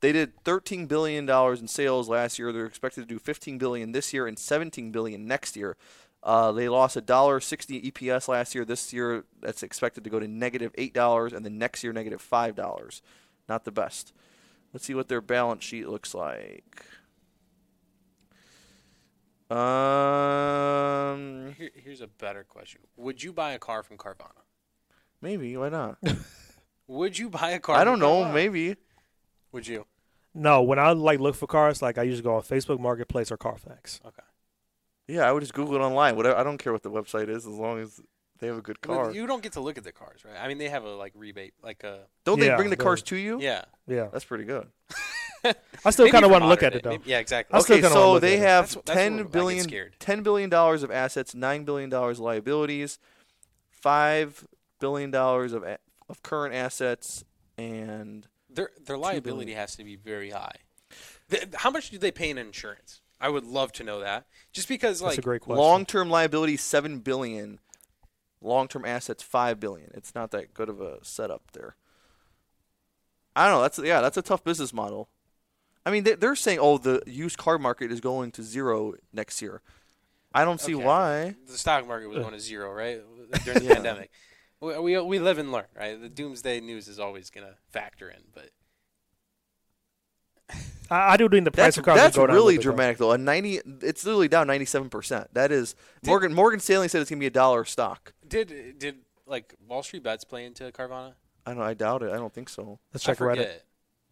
Speaker 2: they did 13 billion dollars in sales last year. They're expected to do 15 billion this year and 17 billion next year. Uh, they lost a dollar 60 EPS last year. This year that's expected to go to negative eight dollars, and then next year negative five dollars. Not the best. Let's see what their balance sheet looks like. Um,
Speaker 3: Here, here's a better question: Would you buy a car from Carvana?
Speaker 2: maybe why not?
Speaker 3: Would you buy a car?
Speaker 2: I don't
Speaker 3: from
Speaker 2: know.
Speaker 3: Carvana?
Speaker 2: Maybe.
Speaker 3: Would you?
Speaker 1: No, when I like look for cars, like I usually go on Facebook Marketplace or Carfax.
Speaker 3: Okay.
Speaker 2: Yeah, I would just Google it online. Whatever. I don't care what the website is, as long as They have a good
Speaker 3: But
Speaker 2: car.
Speaker 3: You don't get to look at the cars, right? I mean, they have a like rebate, like a
Speaker 2: Don't
Speaker 1: Yeah,
Speaker 2: they bring the
Speaker 1: they-
Speaker 2: cars to you?
Speaker 3: yeah.
Speaker 1: Yeah,
Speaker 2: That's pretty good.
Speaker 1: I still
Speaker 3: Maybe
Speaker 1: kind of
Speaker 3: for
Speaker 1: want to look
Speaker 3: modern
Speaker 1: at it
Speaker 3: day.
Speaker 1: though.
Speaker 3: Maybe- yeah, exactly.
Speaker 1: I still
Speaker 2: Okay,
Speaker 1: kinda wanna
Speaker 2: so
Speaker 1: look at
Speaker 2: they
Speaker 1: it.
Speaker 2: have
Speaker 3: That's wh- that's where I
Speaker 2: ten
Speaker 3: get
Speaker 2: billion,
Speaker 3: scared.
Speaker 2: ten billion dollars of assets, nine billion dollars of liabilities, five billion dollars of a- of current assets, and
Speaker 3: Their their liability has to be very high. Th how much do they pay in insurance? I would love to know that. Just because
Speaker 1: That's
Speaker 3: like
Speaker 1: a great question.
Speaker 2: long term liabilities seven billion, long term assets five billion. It's not that good of a setup there. I don't know. That's yeah, that's a tough business model. I mean, they, they're saying, oh, the used car market is going to zero next year. I don't see
Speaker 3: okay,
Speaker 2: why.
Speaker 3: the stock market was going to zero, right? During the
Speaker 2: Yeah.
Speaker 3: pandemic. We, we we live and learn, right? The doomsday news is always going to factor in, but
Speaker 1: I, I do think the price
Speaker 2: That's,
Speaker 1: of cars would
Speaker 2: that's
Speaker 1: go down a
Speaker 2: really
Speaker 1: little bit, though.
Speaker 2: dramatic though. A ninety, it's literally down ninety seven percent. That is Morgan Morgan Stanley said it's gonna be a dollar stock.
Speaker 3: did did like Wall Street bets play into Carvana?
Speaker 2: I don't, I doubt it. I don't think so.
Speaker 1: Let's
Speaker 3: I
Speaker 1: check Reddit.
Speaker 3: forget.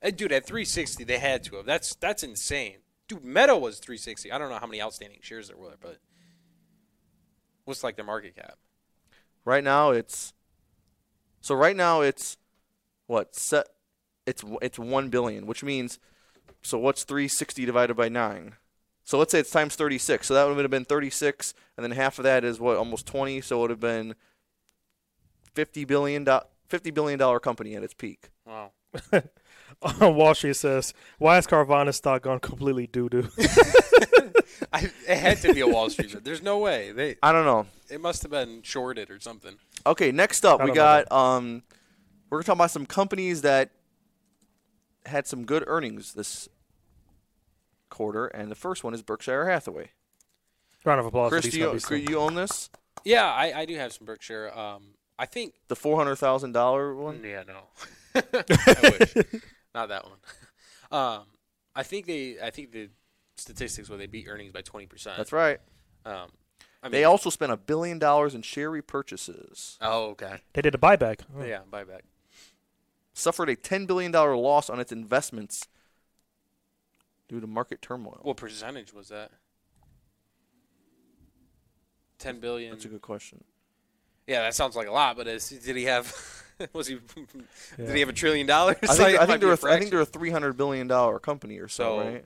Speaker 3: Uh, Dude, at 360, they had to have. That's that's insane. Dude, Meta was 360. I don't know how many outstanding shares there were, but what's like their market cap?
Speaker 2: Right now it's, so right now it's, what set, it's it's one billion, which means, so what's three sixty divided by nine? So let's say it's times thirty six. So that would have been thirty six, and then half of that is what almost twenty. So it would have been fifty billion do, fifty billion dollar company at its peak.
Speaker 3: Wow.
Speaker 1: Wall Street says, "Why is Carvana stock gone completely doo doo?"
Speaker 3: I, it had to be a Wall Street bet. There's no way. They
Speaker 2: I don't know.
Speaker 3: it must have been shorted or something.
Speaker 2: Okay, next up
Speaker 1: I
Speaker 2: we
Speaker 1: don't know
Speaker 2: got um, we're gonna talk about some companies that had some good earnings this quarter, and the first one is Berkshire Hathaway.
Speaker 1: Round of applause
Speaker 2: Chris,
Speaker 1: for
Speaker 2: do
Speaker 1: Oh, these
Speaker 2: oh, you,
Speaker 1: companies.
Speaker 2: could you own this?
Speaker 3: Yeah, I, I do have some Berkshire. Um, I think.
Speaker 2: The four hundred thousand dollar one.
Speaker 3: Yeah, no. I wish. Not that one. Um, I think they. I think the statistics where they beat earnings by 20 percent.
Speaker 2: That's right.
Speaker 3: Um, I mean,
Speaker 2: They also spent a billion dollars in share repurchases.
Speaker 3: Oh, okay.
Speaker 1: They did a buyback. Oh.
Speaker 3: Yeah, buyback.
Speaker 2: Suffered a ten billion dollar loss on its investments due to market turmoil.
Speaker 3: What percentage was that? Ten billion.
Speaker 2: That's a good question.
Speaker 3: yeah, that sounds like a lot, but is, did he have? was he? Did
Speaker 1: Yeah.
Speaker 3: he have a trillion dollars?
Speaker 2: I think, I think they're
Speaker 3: were.
Speaker 2: a, th- I think they're a three hundred billion dollar company or so,
Speaker 3: So-
Speaker 2: right?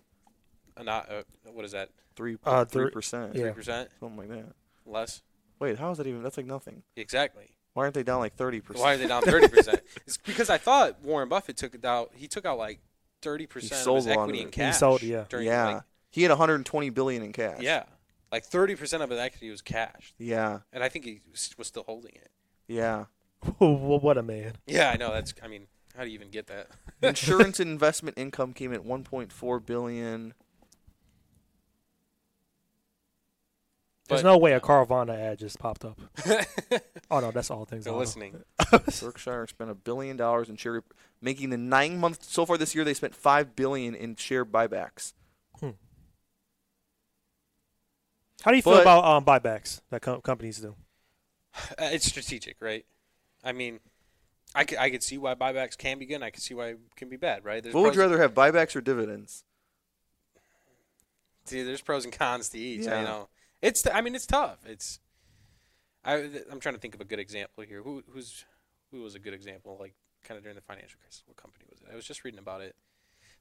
Speaker 3: not. Uh, what is that?
Speaker 2: Three
Speaker 1: Uh,
Speaker 2: three
Speaker 1: thir-
Speaker 2: percent,
Speaker 1: yeah.
Speaker 3: Three percent
Speaker 2: something like that.
Speaker 3: less.
Speaker 2: Wait, how is that even? That's like nothing.
Speaker 3: Exactly.
Speaker 2: Why aren't they down like thirty percent?
Speaker 3: Why are they down thirty percent? It's because I thought Warren Buffett took it out. He took out like thirty
Speaker 2: He
Speaker 3: percent of
Speaker 2: sold
Speaker 3: his
Speaker 2: a lot of
Speaker 3: equity
Speaker 2: it.
Speaker 3: in
Speaker 2: He
Speaker 3: cash.
Speaker 1: sold, yeah.
Speaker 3: During
Speaker 2: yeah,
Speaker 3: Like,
Speaker 2: he had 120 billion in cash.
Speaker 3: yeah. Like thirty percent of his equity was cash,
Speaker 2: yeah,
Speaker 3: and I think he s- was still holding it.
Speaker 2: yeah.
Speaker 1: Wha- what a man.
Speaker 3: Yeah, I know. That's. I mean, how do you even get that?
Speaker 2: Insurance and investment income came at 1.4 billion.
Speaker 1: There's
Speaker 3: But-
Speaker 1: no way a Carvana ad just popped up. Oh no, that's all things.
Speaker 3: They're
Speaker 1: auto. Hmm.
Speaker 3: listening.
Speaker 2: Berkshire spent a billion dollars in share, rep- making the nine month so far this year they spent five billion in share buybacks.
Speaker 1: How do you feel
Speaker 2: But-
Speaker 1: about um, buybacks that com- companies do?
Speaker 3: Uh, it's strategic, right? I mean, I could, I could see why buybacks can be good. and I could see why it can be bad, right? There's
Speaker 2: what would you
Speaker 3: pros-
Speaker 2: rather have, buybacks or dividends?
Speaker 3: see, there's pros and cons to each.
Speaker 2: Yeah.
Speaker 3: You know, it's. I mean, it's tough. It's. I I'm trying to think of a good example here. Who who's who was a good example? Like kind of during the financial crisis. What company was it? I was just reading about it.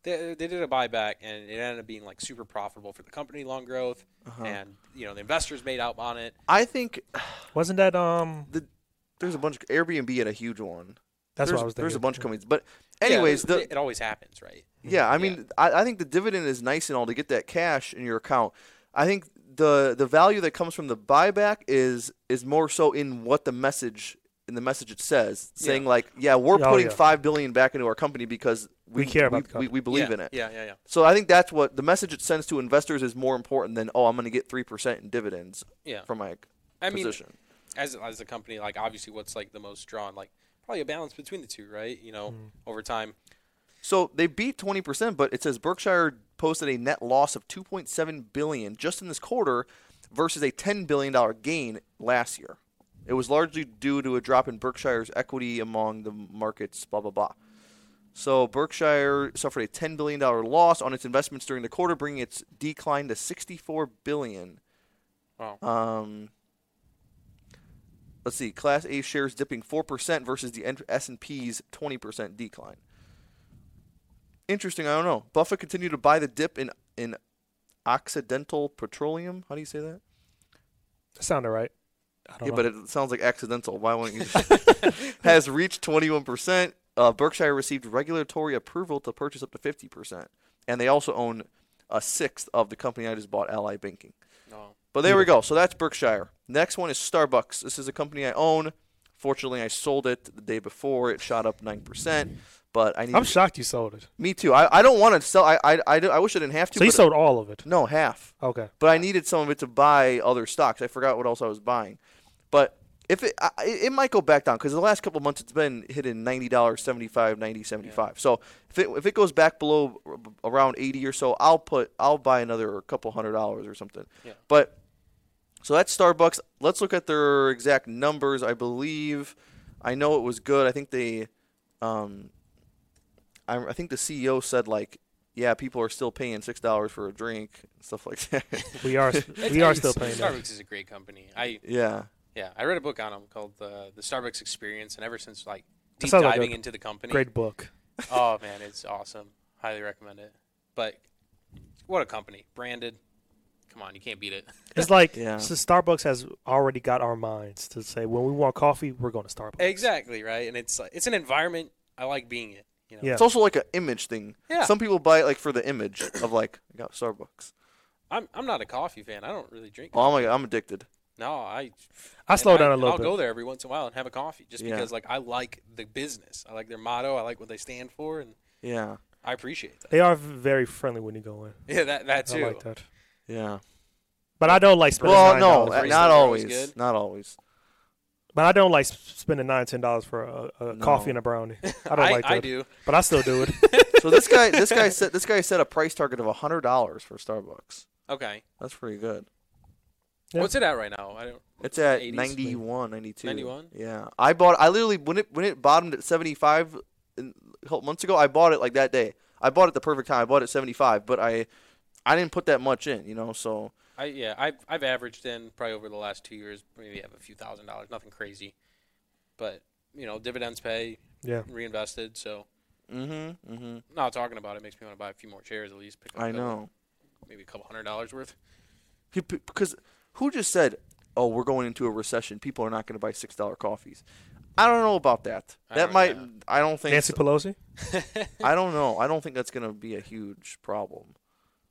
Speaker 3: They, they did a buyback and it ended up being like super profitable for the company, long growth,
Speaker 2: Uh-huh.
Speaker 3: and you know the investors made out on it.
Speaker 2: I think
Speaker 1: Wasn't that um?
Speaker 2: the there's a bunch. Of, Airbnb had a huge one.
Speaker 1: That's
Speaker 2: there's,
Speaker 1: what I was thinking.
Speaker 2: There's a bunch of companies, but
Speaker 3: Yeah,
Speaker 2: anyways,
Speaker 3: it,
Speaker 2: the,
Speaker 3: it always happens, right?
Speaker 2: Yeah, I mean, I, I think the dividend is nice and all to get that cash in your account. I think the the value that comes from the buyback is is more so in what the message in the message it says, saying like, yeah, we're
Speaker 1: Yeah, oh,
Speaker 2: putting
Speaker 1: yeah.
Speaker 2: five billion back into our company because we,
Speaker 1: We care about
Speaker 2: we,
Speaker 1: the
Speaker 2: we,
Speaker 1: company.
Speaker 2: we believe
Speaker 3: Yeah,
Speaker 2: in it.
Speaker 3: Yeah, yeah, yeah.
Speaker 2: So I think that's what the message it sends to investors is more important than oh, I'm going to get three percent in dividends
Speaker 3: Yeah.
Speaker 2: from my
Speaker 3: I mean,
Speaker 2: position.
Speaker 3: as as a company, like obviously, what's like the most drawn, like probably a balance between the two, right? You know,
Speaker 1: Mm.
Speaker 3: over time.
Speaker 2: So they beat 20%, but it says Berkshire posted a net loss of 2.7 billion just in this quarter versus a 10 billion dollar gain last year. It was largely due to a drop in Berkshire's equity among the markets blah blah blah. So Berkshire suffered a 10 billion dollar loss on its investments during the quarter bringing its decline to 64 billion.
Speaker 3: Wow.
Speaker 2: Um let's see, Class A shares dipping 4% versus the S&P's 20% decline. Interesting, I don't know. Buffett continued to buy the dip in in Occidental Petroleum. How do you say that?
Speaker 1: That sounded right. I don't
Speaker 2: Yeah,
Speaker 1: know.
Speaker 2: but it sounds like accidental. Why won't you? has reached 21%. Uh, Berkshire received regulatory approval to purchase up to 50%. And they also own a sixth of the company I just bought, Ally Banking.
Speaker 3: No.
Speaker 2: But there we go. So that's Berkshire. Next one is Starbucks. This is a company I own. Fortunately, I sold it the day before. It shot up 9%. But I need.
Speaker 1: I'm shocked you sold it.
Speaker 2: me too. I, I don't want to sell. I, I, I, do- I wish I didn't have to.
Speaker 1: So you
Speaker 2: but-
Speaker 1: sold all of it.
Speaker 2: No, half
Speaker 1: Okay.
Speaker 2: but I needed some of it to buy other stocks. I forgot what else I was buying, but if it I, it it might go back down because the last couple of months it's been hitting ninety dollars, seventy five, ninety, seventy five. So if it if it goes back below r- around eighty or so, I'll put I'll buy another couple hundred dollars or something.
Speaker 3: Yeah.
Speaker 2: But so that's Starbucks. Let's look at their exact numbers. I believe I know it was good. I think they um I, I think the CEO said like yeah, people are still paying six dollars for a drink and stuff like that.
Speaker 1: We are
Speaker 3: It's-
Speaker 1: we are
Speaker 3: it's-
Speaker 1: still paying that.
Speaker 3: Starbucks is a great company. I
Speaker 2: Yeah.
Speaker 3: yeah, I read a book on them called uh, the the Starbucks Experience, and ever since like
Speaker 1: That
Speaker 3: deep
Speaker 1: sounds like a
Speaker 3: diving into the company,
Speaker 1: Great book.
Speaker 3: oh man, it's awesome. Highly recommend it. But what a company, branded. Come on, you can't beat it.
Speaker 1: It's like
Speaker 2: Yeah.
Speaker 1: so Starbucks has already got our minds to say when we want coffee, we're going to Starbucks.
Speaker 3: Exactly right, and it's like it's an environment I like being in. You know?
Speaker 1: Yeah.
Speaker 2: It's also like an image thing.
Speaker 3: Yeah.
Speaker 2: Some people buy it like for the image of like I got Starbucks.
Speaker 3: I'm I'm not a coffee fan. I don't really drink.
Speaker 2: Oh my god, I'm addicted.
Speaker 3: No, I
Speaker 1: I slow
Speaker 3: and
Speaker 1: down
Speaker 3: I,
Speaker 1: a little
Speaker 3: I'll
Speaker 1: bit.
Speaker 3: go there every once in a while and have a coffee, just
Speaker 2: Yeah.
Speaker 3: because like I like the business, I like their motto, I like what they stand for, and
Speaker 2: Yeah.
Speaker 3: I appreciate that.
Speaker 1: They are v- very friendly when you go in.
Speaker 3: Yeah, that that too.
Speaker 1: I like that.
Speaker 2: Yeah.
Speaker 1: But I don't like spending
Speaker 2: Well,
Speaker 1: nine
Speaker 2: no, uh,
Speaker 1: dollars.
Speaker 3: Free
Speaker 2: not
Speaker 3: stuff always
Speaker 2: always.
Speaker 3: good.
Speaker 2: Not always.
Speaker 1: but I don't like s- spending nine ten dollars for a, a
Speaker 2: No.
Speaker 1: coffee and a brownie. I don't
Speaker 3: I,
Speaker 1: like that.
Speaker 3: I do.
Speaker 1: But I still do it.
Speaker 2: So this guy, this guy set, this guy set a price target of hundred dollars for Starbucks.
Speaker 3: Okay.
Speaker 2: That's pretty good.
Speaker 1: Yeah.
Speaker 3: What's it at right now? I don't.
Speaker 2: It's at
Speaker 3: 80s?
Speaker 2: 91, 92.
Speaker 3: 91?
Speaker 2: Yeah. I bought. I literally when it when it bottomed at 75 in, a couple months ago, I bought it like that day. I bought it the perfect time. I bought it at 75, but I I didn't put that much in, you know. So
Speaker 3: I yeah. I've I've averaged in probably over the last two years, maybe have a few thousand dollars, nothing crazy, but you know, dividends pay,
Speaker 1: yeah.
Speaker 3: reinvested. So
Speaker 2: mm-hmm, mm-hmm.
Speaker 3: not talking about it makes me want to buy a few more chairs at least. Pick up
Speaker 2: I
Speaker 3: a-
Speaker 2: know.
Speaker 3: maybe a couple hundred dollars worth.
Speaker 2: Pe- pe- because who just said, "Oh, we're going into a recession. People are not going to buy six dollar coffees." I don't know about that.
Speaker 3: I
Speaker 2: That
Speaker 3: don't
Speaker 2: might.
Speaker 3: know.
Speaker 2: I don't think.
Speaker 1: Nancy Pelosi.
Speaker 2: I don't know. I don't think that's going to be a huge problem.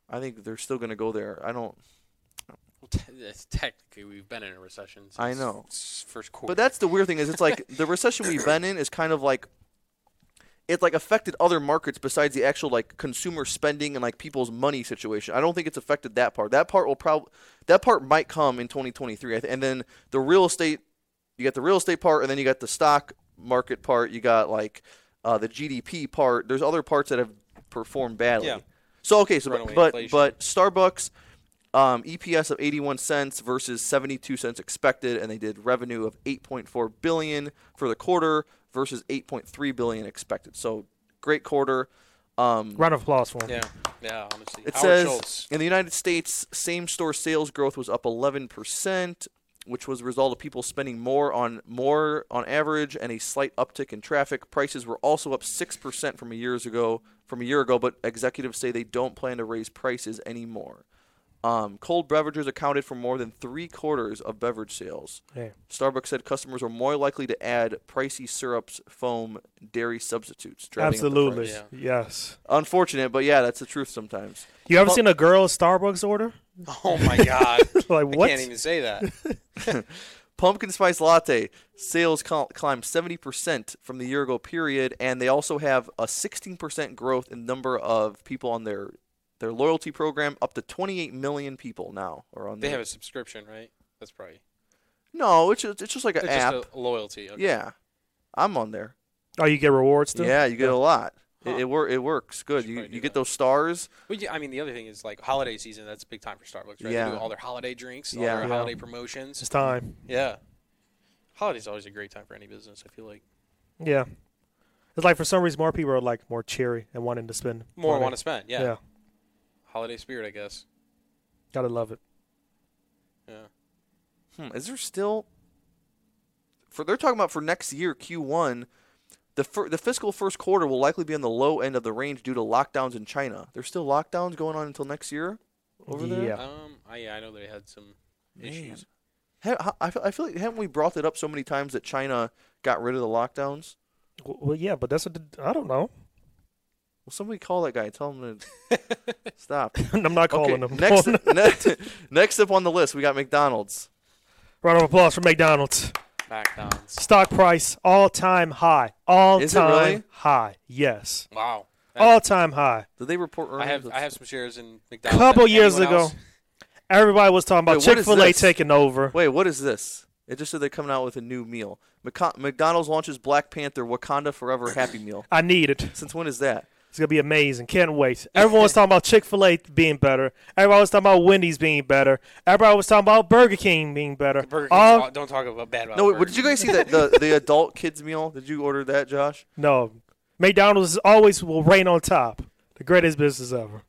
Speaker 2: I think they're still going to go there. I don't.
Speaker 3: Well, te- that's technically, we've been in a recession. Since
Speaker 2: I know.
Speaker 3: s- First quarter.
Speaker 2: But that's the weird thing is it's like the recession we've been in is kind of like it like affected other markets besides the actual like consumer spending and like people's money situation. I don't think it's affected that part. That part will probably that part might come in 2023. I th- and then the real estate you got the real estate part and then you got the stock market part, you got like uh, the GDP part. There's other parts that have performed badly.
Speaker 3: Yeah.
Speaker 2: So okay, so
Speaker 3: Runaway
Speaker 2: but but,
Speaker 3: inflation.
Speaker 2: but Starbucks um, EPS of 81 cents versus 72 cents expected, and they did revenue of 8.4 billion for the quarter versus 8.3 billion expected. So great quarter. Um,
Speaker 1: Round of applause for him.
Speaker 3: yeah, yeah. Honestly,
Speaker 2: It
Speaker 3: Howard
Speaker 2: says
Speaker 3: Schultz.
Speaker 2: in the United States, same-store sales growth was up 11 percent, which was a result of people spending more on more on average and a slight uptick in traffic. Prices were also up six percent from a years ago from a year ago, but executives say they don't plan to raise prices anymore. Um, cold beverages accounted for more than three quarters of beverage sales.
Speaker 1: Hey.
Speaker 2: Starbucks said customers are more likely to add pricey syrups, foam, dairy substitutes. driving up the
Speaker 1: Absolutely.
Speaker 2: price.
Speaker 3: Yeah.
Speaker 1: Yes.
Speaker 2: Unfortunate, but yeah, that's the truth sometimes.
Speaker 1: You ever
Speaker 2: Well-
Speaker 1: seen a girl Starbucks order?
Speaker 3: Oh my God!
Speaker 1: like
Speaker 3: I
Speaker 1: what?
Speaker 3: can't even say that.
Speaker 2: Pumpkin spice latte sales cl- climbed 70% from the year ago period, and they also have a 16% growth in number of people on their their loyalty program. Up to 28 million people now are on.
Speaker 3: They
Speaker 2: there.
Speaker 3: have a subscription, right? That's probably
Speaker 2: no, it's just, it's just like an
Speaker 3: it's
Speaker 2: app.
Speaker 3: just a loyalty. Okay.
Speaker 2: Yeah, I'm on there.
Speaker 1: Oh, you get rewards too.
Speaker 2: Yeah, you get a lot.
Speaker 3: Huh.
Speaker 2: It, it, wor- it works good.
Speaker 3: Should
Speaker 2: You,
Speaker 3: probably do
Speaker 2: you get
Speaker 3: that.
Speaker 2: those stars.
Speaker 3: Well, yeah, I mean, the other thing is like holiday season. That's big time for Starbucks, right? They
Speaker 2: Yeah.
Speaker 3: do all their holiday drinks, all
Speaker 2: Yeah.
Speaker 3: their
Speaker 1: Yeah.
Speaker 3: holiday
Speaker 1: It's
Speaker 3: promotions.
Speaker 1: time.
Speaker 3: Yeah. Holiday's always a great time for any business. I feel like
Speaker 1: Yeah. It's like for some reason more people are like more cheery and wanting to spend
Speaker 3: more
Speaker 1: money.
Speaker 3: want to spend. Yeah.
Speaker 1: yeah.
Speaker 3: Holiday spirit, I guess.
Speaker 1: Gotta love it.
Speaker 3: Yeah.
Speaker 2: Hmm, is there still? for they're talking about for next year Q1, the fir- the fiscal first quarter will likely be on the low end of the range due to lockdowns in China. There's still lockdowns going on until next year over there.
Speaker 1: Yeah.
Speaker 3: Um, I, yeah, I know they had some issues.
Speaker 2: Ha- I feel, I feel like haven't we brought it up so many times that China got rid of the lockdowns?
Speaker 1: W- Well, yeah, but that's what the, I don't know.
Speaker 2: Well, somebody call that guy. Tell him to stop.
Speaker 1: I'm not calling
Speaker 2: okay,
Speaker 1: them.
Speaker 2: next, ne- next up on the list, we got McDonald's.
Speaker 1: Round of applause for McDonald's.
Speaker 3: Lockdowns.
Speaker 1: Stock price all time high. All
Speaker 2: Is it
Speaker 1: time
Speaker 2: really?
Speaker 1: high. Yes.
Speaker 3: Wow. That-
Speaker 2: Oh.
Speaker 1: All time high.
Speaker 2: Did they report earnings?
Speaker 3: I have I
Speaker 2: Let's-
Speaker 3: have some shares in
Speaker 1: A
Speaker 3: McDonald's.
Speaker 1: couple
Speaker 3: Anyone
Speaker 1: years ago,
Speaker 3: else?
Speaker 1: everybody was talking about
Speaker 2: Wait, what
Speaker 1: Chick
Speaker 2: is
Speaker 1: fil A
Speaker 2: this?
Speaker 1: taking over.
Speaker 2: Wait, what is this? It just said they're coming out with a new meal. Maca- McDonald's launches Black Panther Wakanda Forever Happy Meal.
Speaker 1: I need it.
Speaker 2: Since when is that?
Speaker 1: It's gonna be amazing. Can't wait. Everyone was talking about Chick Fil A being better. Everybody was talking about Wendy's being better. Everybody was talking about Burger King being better.
Speaker 3: Burger King's
Speaker 1: All-
Speaker 3: all- don't talk about bad about
Speaker 2: No, wait,
Speaker 3: Burger
Speaker 2: did you guys see that the, the adult kids meal? Did you order that, Josh?
Speaker 1: no, McDonald's is always will reign on top. The greatest business ever.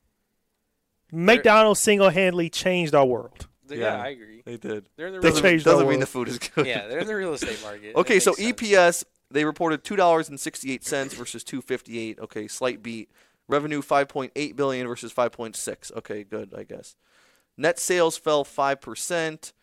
Speaker 1: McDonald's single handedly changed our world.
Speaker 3: King. Yeah,
Speaker 2: Yeah.
Speaker 3: I agree.
Speaker 2: They did.
Speaker 3: They're in the
Speaker 1: They
Speaker 3: real,
Speaker 1: changed
Speaker 2: doesn't
Speaker 1: our
Speaker 2: mean
Speaker 1: world.
Speaker 2: the food is good.
Speaker 3: Yeah, they're in the real estate market.
Speaker 2: Okay,
Speaker 3: It
Speaker 2: so E
Speaker 3: makes
Speaker 2: EPS
Speaker 3: sense.
Speaker 2: they reported two dollars and sixty eight cents versus two fifty eight. Okay, slight beat. Revenue five point eight billion versus five point six. Okay, good, I guess. Net sales fell five percent.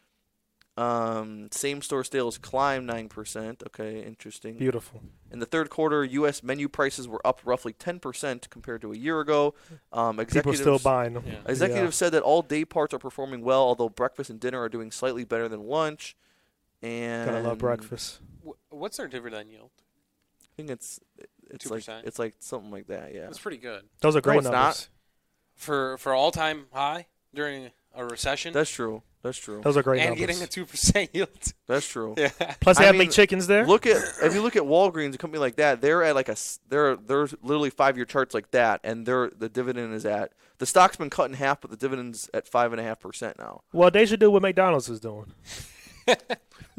Speaker 2: Um, same store sales climbed nine percent. Okay, interesting.
Speaker 1: Beautiful.
Speaker 2: In the third quarter, U.S. menu prices were up roughly 10% compared to a year ago. Um,
Speaker 1: People are
Speaker 2: executives
Speaker 1: still buying them.
Speaker 3: Yeah.
Speaker 2: executives said that all day parts are performing well, although breakfast and dinner are doing slightly better than lunch.
Speaker 1: Yeah.
Speaker 2: And
Speaker 1: Gotta love breakfast.
Speaker 3: Wh- What's their dividend yield?
Speaker 2: I think it's it's like
Speaker 3: 2%.
Speaker 2: it's like something like that. Yeah.
Speaker 3: That's pretty good
Speaker 1: Those are great
Speaker 2: it's not.
Speaker 1: numbers.
Speaker 3: for for all time high during a recession
Speaker 2: That's true. That's true.
Speaker 1: Those are great
Speaker 3: and
Speaker 1: numbers.
Speaker 3: getting a two percent yield.
Speaker 2: That's true.
Speaker 3: Yeah.
Speaker 1: Plus, they
Speaker 2: I
Speaker 1: have
Speaker 2: mean,
Speaker 1: McChickens there.
Speaker 2: Look at if you look at Walgreens, a company like that, they're at like a s- they're there's literally five year charts like that, and their the dividend is at the stock's been cut in half, but the dividend's at five and a half percent now.
Speaker 1: well, they should do what McDonald's is doing.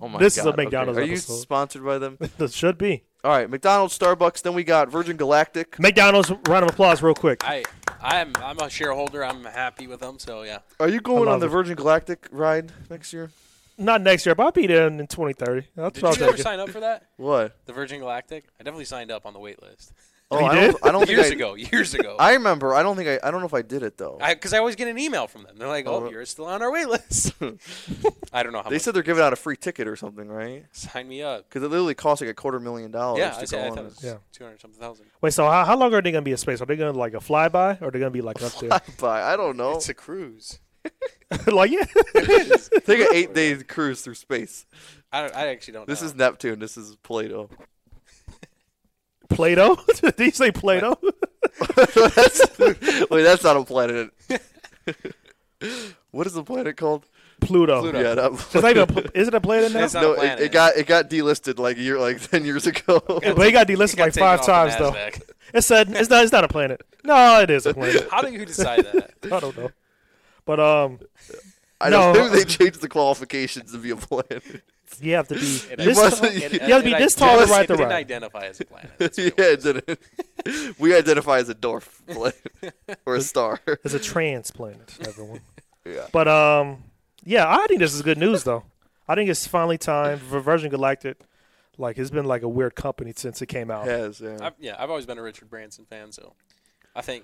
Speaker 2: Oh my
Speaker 1: This is
Speaker 2: god!
Speaker 1: a McDonald's
Speaker 2: okay. Are you
Speaker 1: episode.
Speaker 2: sponsored by them?
Speaker 1: This should be.
Speaker 2: All right, McDonald's, Starbucks. Then we got Virgin Galactic.
Speaker 1: McDonald's, round of applause, real quick.
Speaker 3: I I'm I'm a shareholder. I'm happy with them. So yeah.
Speaker 2: Are you going
Speaker 1: love
Speaker 2: on the
Speaker 1: it.
Speaker 2: Virgin Galactic ride next year?
Speaker 1: Not next year, but I'll be there in 2030. That's
Speaker 3: Did
Speaker 1: what
Speaker 3: you
Speaker 1: I'll
Speaker 3: ever
Speaker 1: take.
Speaker 3: sign up for that?
Speaker 2: What?
Speaker 3: The Virgin Galactic? I definitely signed up on the wait list.
Speaker 2: Oh,
Speaker 1: You
Speaker 2: I don't.
Speaker 1: did?
Speaker 2: I don't think
Speaker 3: years
Speaker 2: I,
Speaker 3: ago. Years ago.
Speaker 2: I remember. I don't think I. I don't know if I did it though.
Speaker 3: Because I, always get an email from them. They're like, "Oh,
Speaker 2: Oh.
Speaker 3: you're still on our wait list." I don't know how.
Speaker 2: they
Speaker 3: much.
Speaker 2: said they're giving out a free ticket or something, right?
Speaker 3: sign me up.
Speaker 2: Because it literally costs like a quarter million dollars
Speaker 3: Yeah,
Speaker 2: to
Speaker 3: I,
Speaker 2: go
Speaker 3: said,
Speaker 2: on
Speaker 3: I thought it
Speaker 2: this.
Speaker 3: was
Speaker 1: Yeah.
Speaker 3: two hundred something thousand.
Speaker 1: Wait, so how, how long are they gonna be in space? Are they gonna like a flyby, or are they gonna be like up there?
Speaker 2: Bye. I don't know.
Speaker 3: It's a cruise.
Speaker 1: like yeah,
Speaker 2: Take an eight day cruise through space.
Speaker 3: I, don't, I actually don't.
Speaker 2: This
Speaker 3: know.
Speaker 2: is Neptune. This is Plato.
Speaker 1: Plato. Did you say Plato?
Speaker 2: That's- wait, that's not a planet. what is the planet called?
Speaker 1: Pluto.
Speaker 3: Pluto.
Speaker 2: Yeah, not
Speaker 1: It's not even. a pl- Is it a Plato now?
Speaker 3: It's not
Speaker 2: no,
Speaker 3: a
Speaker 2: it,
Speaker 3: planet.
Speaker 2: it got it got delisted like a year, like ten years ago.
Speaker 1: but it got delisted
Speaker 3: It got
Speaker 1: like
Speaker 3: taken
Speaker 1: five
Speaker 3: off
Speaker 1: times
Speaker 3: the
Speaker 1: though.
Speaker 3: NASDAQ.
Speaker 1: It said it's not. It's not a planet. No, it is a planet.
Speaker 3: How do you decide that?
Speaker 1: I don't know. But um,
Speaker 2: I don't
Speaker 1: No.
Speaker 2: think they changed the qualifications to be a planet.
Speaker 1: you have to be.
Speaker 3: It-
Speaker 1: This
Speaker 2: must-
Speaker 1: tall-
Speaker 2: you
Speaker 3: it-
Speaker 1: gotta be
Speaker 3: it-
Speaker 1: this
Speaker 3: it-
Speaker 1: tall to
Speaker 3: it
Speaker 1: ride the
Speaker 3: didn't
Speaker 1: ride.
Speaker 3: identify as a planet.
Speaker 2: yeah,
Speaker 3: That's the only-
Speaker 2: it didn't. we identify as a dwarf planet or a star.
Speaker 1: It's a trans planet, everyone.
Speaker 2: Yeah.
Speaker 1: But um, yeah, I think this is good news though. I think it's finally time for Virgin Galactic. Like it's been like a weird company since it came out.
Speaker 2: Has, yeah.
Speaker 3: I've, yeah, I've always been a Richard Branson fan, so I think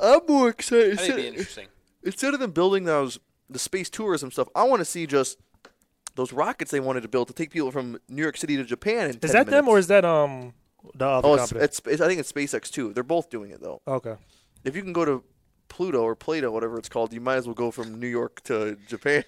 Speaker 2: I'm more excited.
Speaker 3: I think it'd be
Speaker 2: Instead,
Speaker 3: interesting.
Speaker 2: instead of them building those the space tourism stuff, I want to see just those rockets they wanted to build to take people from New York City to Japan. In
Speaker 1: Is that them or is that um the other
Speaker 2: oh, it's,
Speaker 1: company?
Speaker 2: it's, it's I think it's SpaceX too. They're both doing it though.
Speaker 1: okay.
Speaker 2: If you can go to Pluto or Plato, whatever it's called, you might as well go from New York to Japan.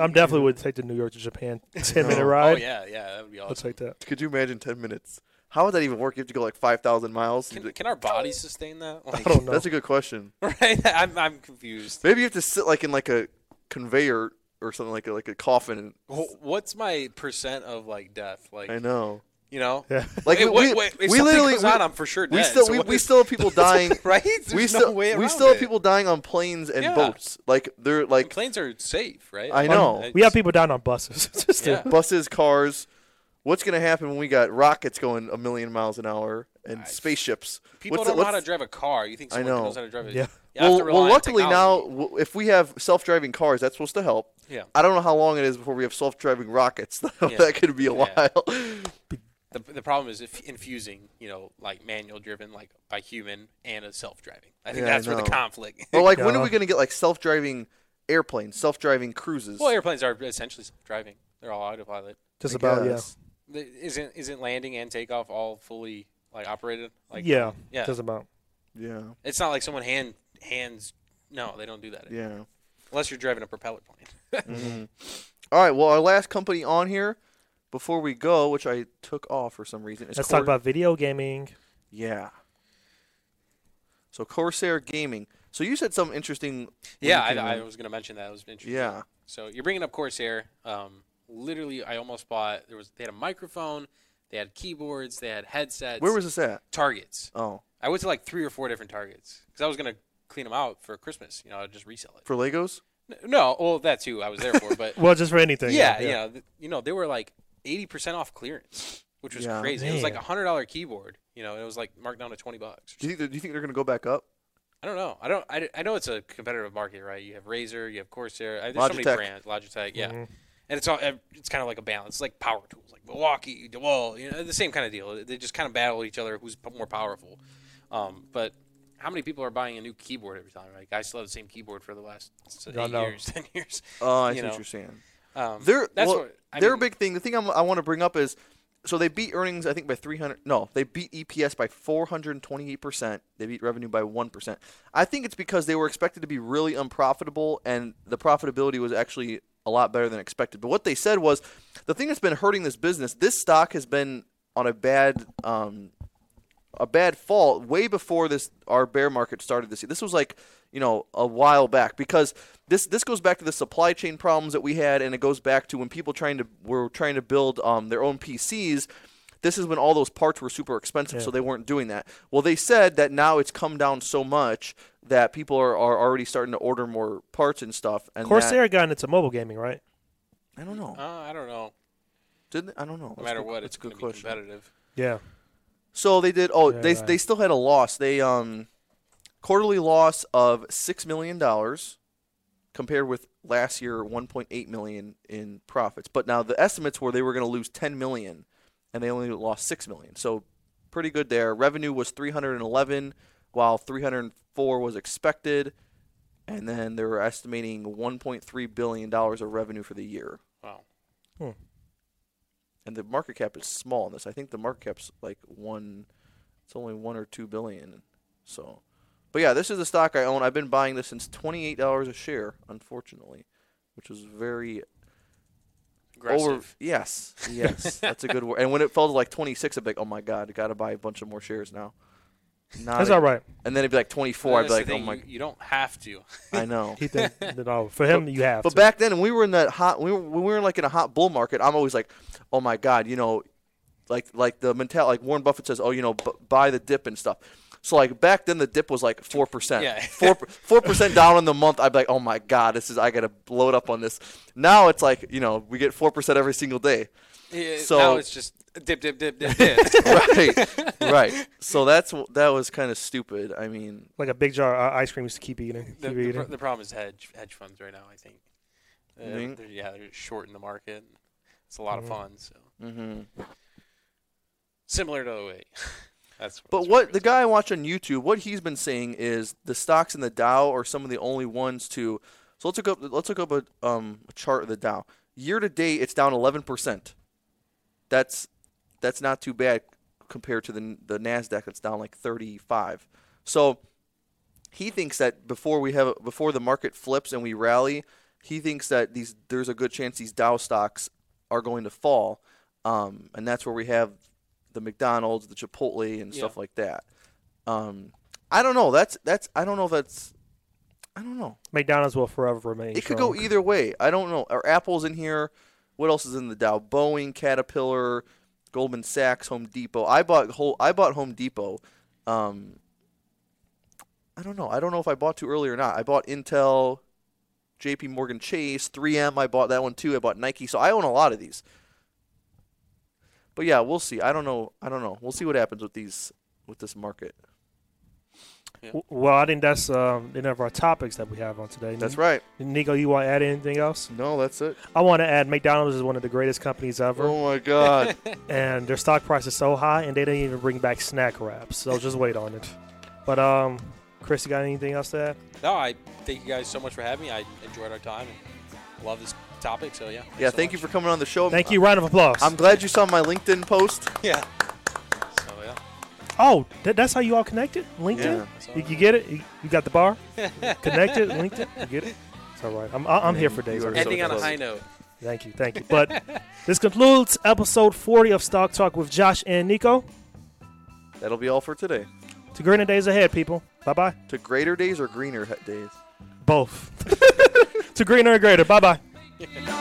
Speaker 1: I'm definitely would take the New York to Japan ten minute
Speaker 2: No.
Speaker 1: ride.
Speaker 3: Oh yeah, yeah, that would be
Speaker 1: I'll
Speaker 3: awesome.
Speaker 1: take that.
Speaker 2: Could you imagine ten minutes? How would that even work? You have to go like five thousand miles.
Speaker 3: Can, can our bodies sustain that? Like,
Speaker 1: don't know.
Speaker 2: That's a good question.
Speaker 3: right? I'm I'm confused.
Speaker 2: Maybe you have to sit like in like a conveyor or something like a, like a coffin.
Speaker 3: Wh- What's my percent of like death? Like
Speaker 2: I know.
Speaker 3: you know,
Speaker 1: Yeah.
Speaker 2: Like
Speaker 3: Wait,
Speaker 2: we,
Speaker 3: wait, wait,
Speaker 2: we
Speaker 3: if something
Speaker 2: literally
Speaker 3: goes
Speaker 2: we,
Speaker 3: on, I'm for sure
Speaker 2: we
Speaker 3: dead,
Speaker 2: still
Speaker 3: so
Speaker 2: we,
Speaker 3: what
Speaker 2: we
Speaker 3: is-
Speaker 2: still have people dying.
Speaker 3: right? There's
Speaker 2: we
Speaker 3: no
Speaker 2: still
Speaker 3: way
Speaker 2: we
Speaker 3: around
Speaker 2: still have
Speaker 3: it.
Speaker 2: people dying on planes and
Speaker 3: Yeah.
Speaker 2: boats. Like they're
Speaker 3: And
Speaker 2: like Um,
Speaker 3: Planes are safe, right?
Speaker 2: I know.
Speaker 1: We have people down on buses. It's just
Speaker 3: Yeah.
Speaker 1: a-
Speaker 2: buses, cars. What's gonna happen when we got rockets going a million miles an hour and
Speaker 3: I-
Speaker 2: spaceships?
Speaker 3: People
Speaker 2: what's
Speaker 3: don't
Speaker 2: the,
Speaker 3: know how to
Speaker 2: what's-
Speaker 3: drive a car. You think
Speaker 2: I
Speaker 3: someone who
Speaker 2: know.
Speaker 3: knows how to drive it?
Speaker 1: Yeah.
Speaker 3: You have to
Speaker 2: Well,
Speaker 3: rely
Speaker 2: well
Speaker 3: on
Speaker 2: luckily now,
Speaker 3: technology.
Speaker 2: w- if we have self-driving cars, that's supposed to help.
Speaker 3: Yeah.
Speaker 2: I don't know how long it is before we have self-driving rockets. though.
Speaker 3: Yeah.
Speaker 2: that could be a
Speaker 3: Yeah.
Speaker 2: while.
Speaker 3: The, the problem is if infusing, you know, like manual driven, like by human and a self driving. I think
Speaker 2: Yeah, I
Speaker 3: that's where the
Speaker 2: know.
Speaker 3: conflict.
Speaker 2: or like, when are
Speaker 1: Yeah.
Speaker 2: we gonna get like self-driving airplanes, self-driving cruises?
Speaker 3: well, airplanes are essentially self driving. They're all autopilot.
Speaker 1: Just
Speaker 2: I
Speaker 1: about yeah,
Speaker 2: guess.
Speaker 3: The- Isn't isn't landing and takeoff all fully like operated? Like
Speaker 1: yeah,
Speaker 3: yeah.
Speaker 1: Just about.
Speaker 2: Yeah.
Speaker 3: It's not like someone hand hands. No, they don't do that
Speaker 2: Yeah. Mm. Mm-hmm.
Speaker 3: unless you're driving a propeller plane.
Speaker 2: All right. Well, our last company on here before we go, which I took off for some reason, is
Speaker 1: Let's
Speaker 2: Cor-
Speaker 1: talk about video gaming.
Speaker 2: yeah. So Corsair Gaming. So you said something interesting. when
Speaker 3: yeah,
Speaker 2: you
Speaker 3: I,
Speaker 2: came
Speaker 3: I
Speaker 2: in.
Speaker 3: was going to mention that. It was interesting.
Speaker 2: yeah.
Speaker 3: So you're bringing up Corsair. Um, literally, I almost bought. There was they had a microphone, they had keyboards, they had headsets.
Speaker 2: Where was this at?
Speaker 3: Targets?
Speaker 2: Oh,
Speaker 3: I went to like three or four different Targets because I was going to clean them out for Christmas. You know, I'd just resell it.
Speaker 2: for Legos.
Speaker 3: N- No, well that too. I was there for, but
Speaker 1: Well, just for anything.
Speaker 3: yeah, you know, th- you know, they were like 80% off clearance, which was
Speaker 2: Yeah.
Speaker 3: crazy. It was like a
Speaker 1: Man.
Speaker 3: hundred dollar keyboard. You know, and it was like marked down to 20 bucks.
Speaker 2: Do you think? that- Do you think they're gonna go back up?
Speaker 3: I don't know. I don't. I, I know it's a competitive market, right? You have Razer, you have Corsair. I- There's so many
Speaker 2: Logitech.
Speaker 3: brands. Logitech, yeah.
Speaker 2: Mm-hmm.
Speaker 1: Mhm.
Speaker 3: And it's all. It's kind of like a balance, like power tools, like Milwaukee, DeWalt. You know, the same kind of deal. They just kind of battle each other who's p- more powerful. Um, but how many people are buying a new keyboard every time? Like I still have the same keyboard for the last s-
Speaker 1: No,
Speaker 3: eight
Speaker 1: no.
Speaker 3: years, ten years.
Speaker 2: Oh, I
Speaker 3: You
Speaker 2: see
Speaker 3: know.
Speaker 2: what you're saying.
Speaker 3: Um,
Speaker 2: They're
Speaker 3: that's
Speaker 2: well,
Speaker 3: what I
Speaker 2: they're
Speaker 3: mean,
Speaker 2: a big thing. The thing I'm, I want to bring up is, so they beat earnings I think by 300. No, they beat EPS by 428 percent. They beat revenue by one percent. I think it's because they were expected to be really unprofitable, and the profitability was actually a lot better than expected. But what they said was, the thing that's been hurting this business, this stock has been on a bad um, a bad fall way before this our bear market started this year. This was like you know a while back because this this goes back to the supply chain problems that we had, and it goes back to when people trying to were trying to build um, their own PCs. This is when all those parts were super expensive, so they weren't doing that. Well, they said that now it's come down so much that people are, are already starting to order more parts and stuff. And that-
Speaker 1: Corsair got into mobile gaming, right?
Speaker 2: I don't know.
Speaker 3: Uh, I don't know.
Speaker 2: Didn't I don't know.
Speaker 3: No
Speaker 2: That's a
Speaker 3: matter
Speaker 2: good-
Speaker 3: what,
Speaker 2: that's
Speaker 3: it's
Speaker 2: a good
Speaker 3: going to be
Speaker 2: question.
Speaker 3: competitive.
Speaker 1: Yeah.
Speaker 2: So they did. Oh,
Speaker 1: Yeah,
Speaker 2: they
Speaker 1: right.
Speaker 2: they still had a loss. They um, quarterly loss of six million dollars, compared with last year one point eight million in profits. But now the estimates were they were going to lose ten million, and they only lost six million. So pretty good there. Revenue was three hundred and eleven, while three hundred four was expected, and then they were estimating one point three billion dollars of revenue for the year.
Speaker 3: Wow.
Speaker 2: and the market cap is small in this. I think the market cap's like one, it's only one or two billion. So, but yeah, this is a stock I own. I've been buying this since twenty eight dollars a share, unfortunately, which was very
Speaker 3: Aggressive.
Speaker 2: over. Yes, yes, that's a good word. And when it fell to like twenty six, I'd be like, oh my god, I gotta buy a bunch of more shares now. Not
Speaker 1: That's
Speaker 2: a-
Speaker 1: all right.
Speaker 2: And then it'd be like twenty four. I'd be
Speaker 3: That's the
Speaker 2: like, oh
Speaker 3: thing,
Speaker 2: my,
Speaker 3: you, you don't have to.
Speaker 2: I know.
Speaker 1: He thinks that all for him you have.
Speaker 2: But
Speaker 1: to.
Speaker 2: back then, when we were in that hot, we were, when we were like in a hot bull market. I'm always like, oh my god, you know, like like the mental like Warren Buffett says, oh you know, b- buy the dip and stuff. So like back then, the dip was like four
Speaker 3: Yeah.
Speaker 2: percent, four four percent down in the month. I'd be like, oh my god, this is I gotta load up on this. Now it's like you know we get four percent every single day.
Speaker 3: Yeah,
Speaker 2: So-
Speaker 3: now it's just dip, dip, dip, dip, dip.
Speaker 2: right, right. So that's w- that was kind of stupid. I mean,
Speaker 1: like a big jar of uh, ice cream used to keep eating.
Speaker 3: the,
Speaker 1: keep
Speaker 3: the,
Speaker 1: eating.
Speaker 3: pro- the problem is hedge hedge funds right now. I think. Uh,
Speaker 2: You think?
Speaker 3: they're, yeah, they're short in the market. It's a lot of fun. So
Speaker 2: hmm
Speaker 3: similar to 08. that's.
Speaker 2: But
Speaker 3: that's
Speaker 2: what
Speaker 3: it
Speaker 2: the
Speaker 3: is.
Speaker 2: guy I watch on YouTube, what he's been saying is the stocks in the Dow are some of the only ones to. So let's look up. Let's look up a, um, a chart of the Dow. Year to date, it's down 11 percent. That's that's not too bad compared to the the Nasdaq. That's down like 35. So he thinks that before we have before the market flips and we rally, he thinks that these there's a good chance these Dow stocks are going to fall, um, and that's where we have the McDonald's, the Chipotle, and stuff
Speaker 3: Yeah.
Speaker 2: like that. Um, I don't know. That's that's I don't know if that's I don't know.
Speaker 1: McDonald's will forever remain.
Speaker 2: It could go e-,
Speaker 1: strong.
Speaker 2: either way. I don't know. Are Apple's in here? What else is in the Dow? Boeing, Caterpillar, Goldman Sachs, Home Depot. I bought whole. I bought Home Depot. Um, I don't know. I don't know if I bought too early or not. I bought Intel, J.P. Morgan Chase, 3M. I bought that one too. I bought Nike. So I own a lot of these. But Mm-hmm. yeah, we'll see. I don't know. I don't know. We'll see what happens with these with this market.
Speaker 1: W- Well, I think that's um, enough of our topics that we have on today.
Speaker 2: That's right.
Speaker 1: Nico, you want to add anything else?
Speaker 2: No, that's it.
Speaker 1: I want to add McDonald's is one of the greatest companies ever,
Speaker 2: Oh my God.
Speaker 1: and their stock price is so high, and they didn't even bring back snack wraps. So just wait on it. But um, Chris, you got anything else to add?
Speaker 3: No, I thank you guys so much for having me. I enjoyed our time and love this topic. So yeah.
Speaker 2: yeah, thank you for coming on the show.
Speaker 1: Thank you. Round of applause.
Speaker 2: I'm glad you saw my LinkedIn post.
Speaker 3: Yeah. So yeah.
Speaker 1: oh, that, that's how you all connected? LinkedIn?
Speaker 3: Yeah.
Speaker 1: You, you get it? You, you got the bar? connected? LinkedIn? You get it? It's all right. I'm, I- I'm here for days.
Speaker 2: You are
Speaker 1: already.
Speaker 2: so
Speaker 3: Ending on a
Speaker 2: close.
Speaker 3: high note.
Speaker 1: Thank you, thank you. But this concludes episode 40 of Stock Talk with Josh and Nico.
Speaker 2: That'll be all for today.
Speaker 1: To greener days ahead, people. Bye bye.
Speaker 2: To greater days or greener he- days?
Speaker 1: Both. to greener and greater. Bye bye.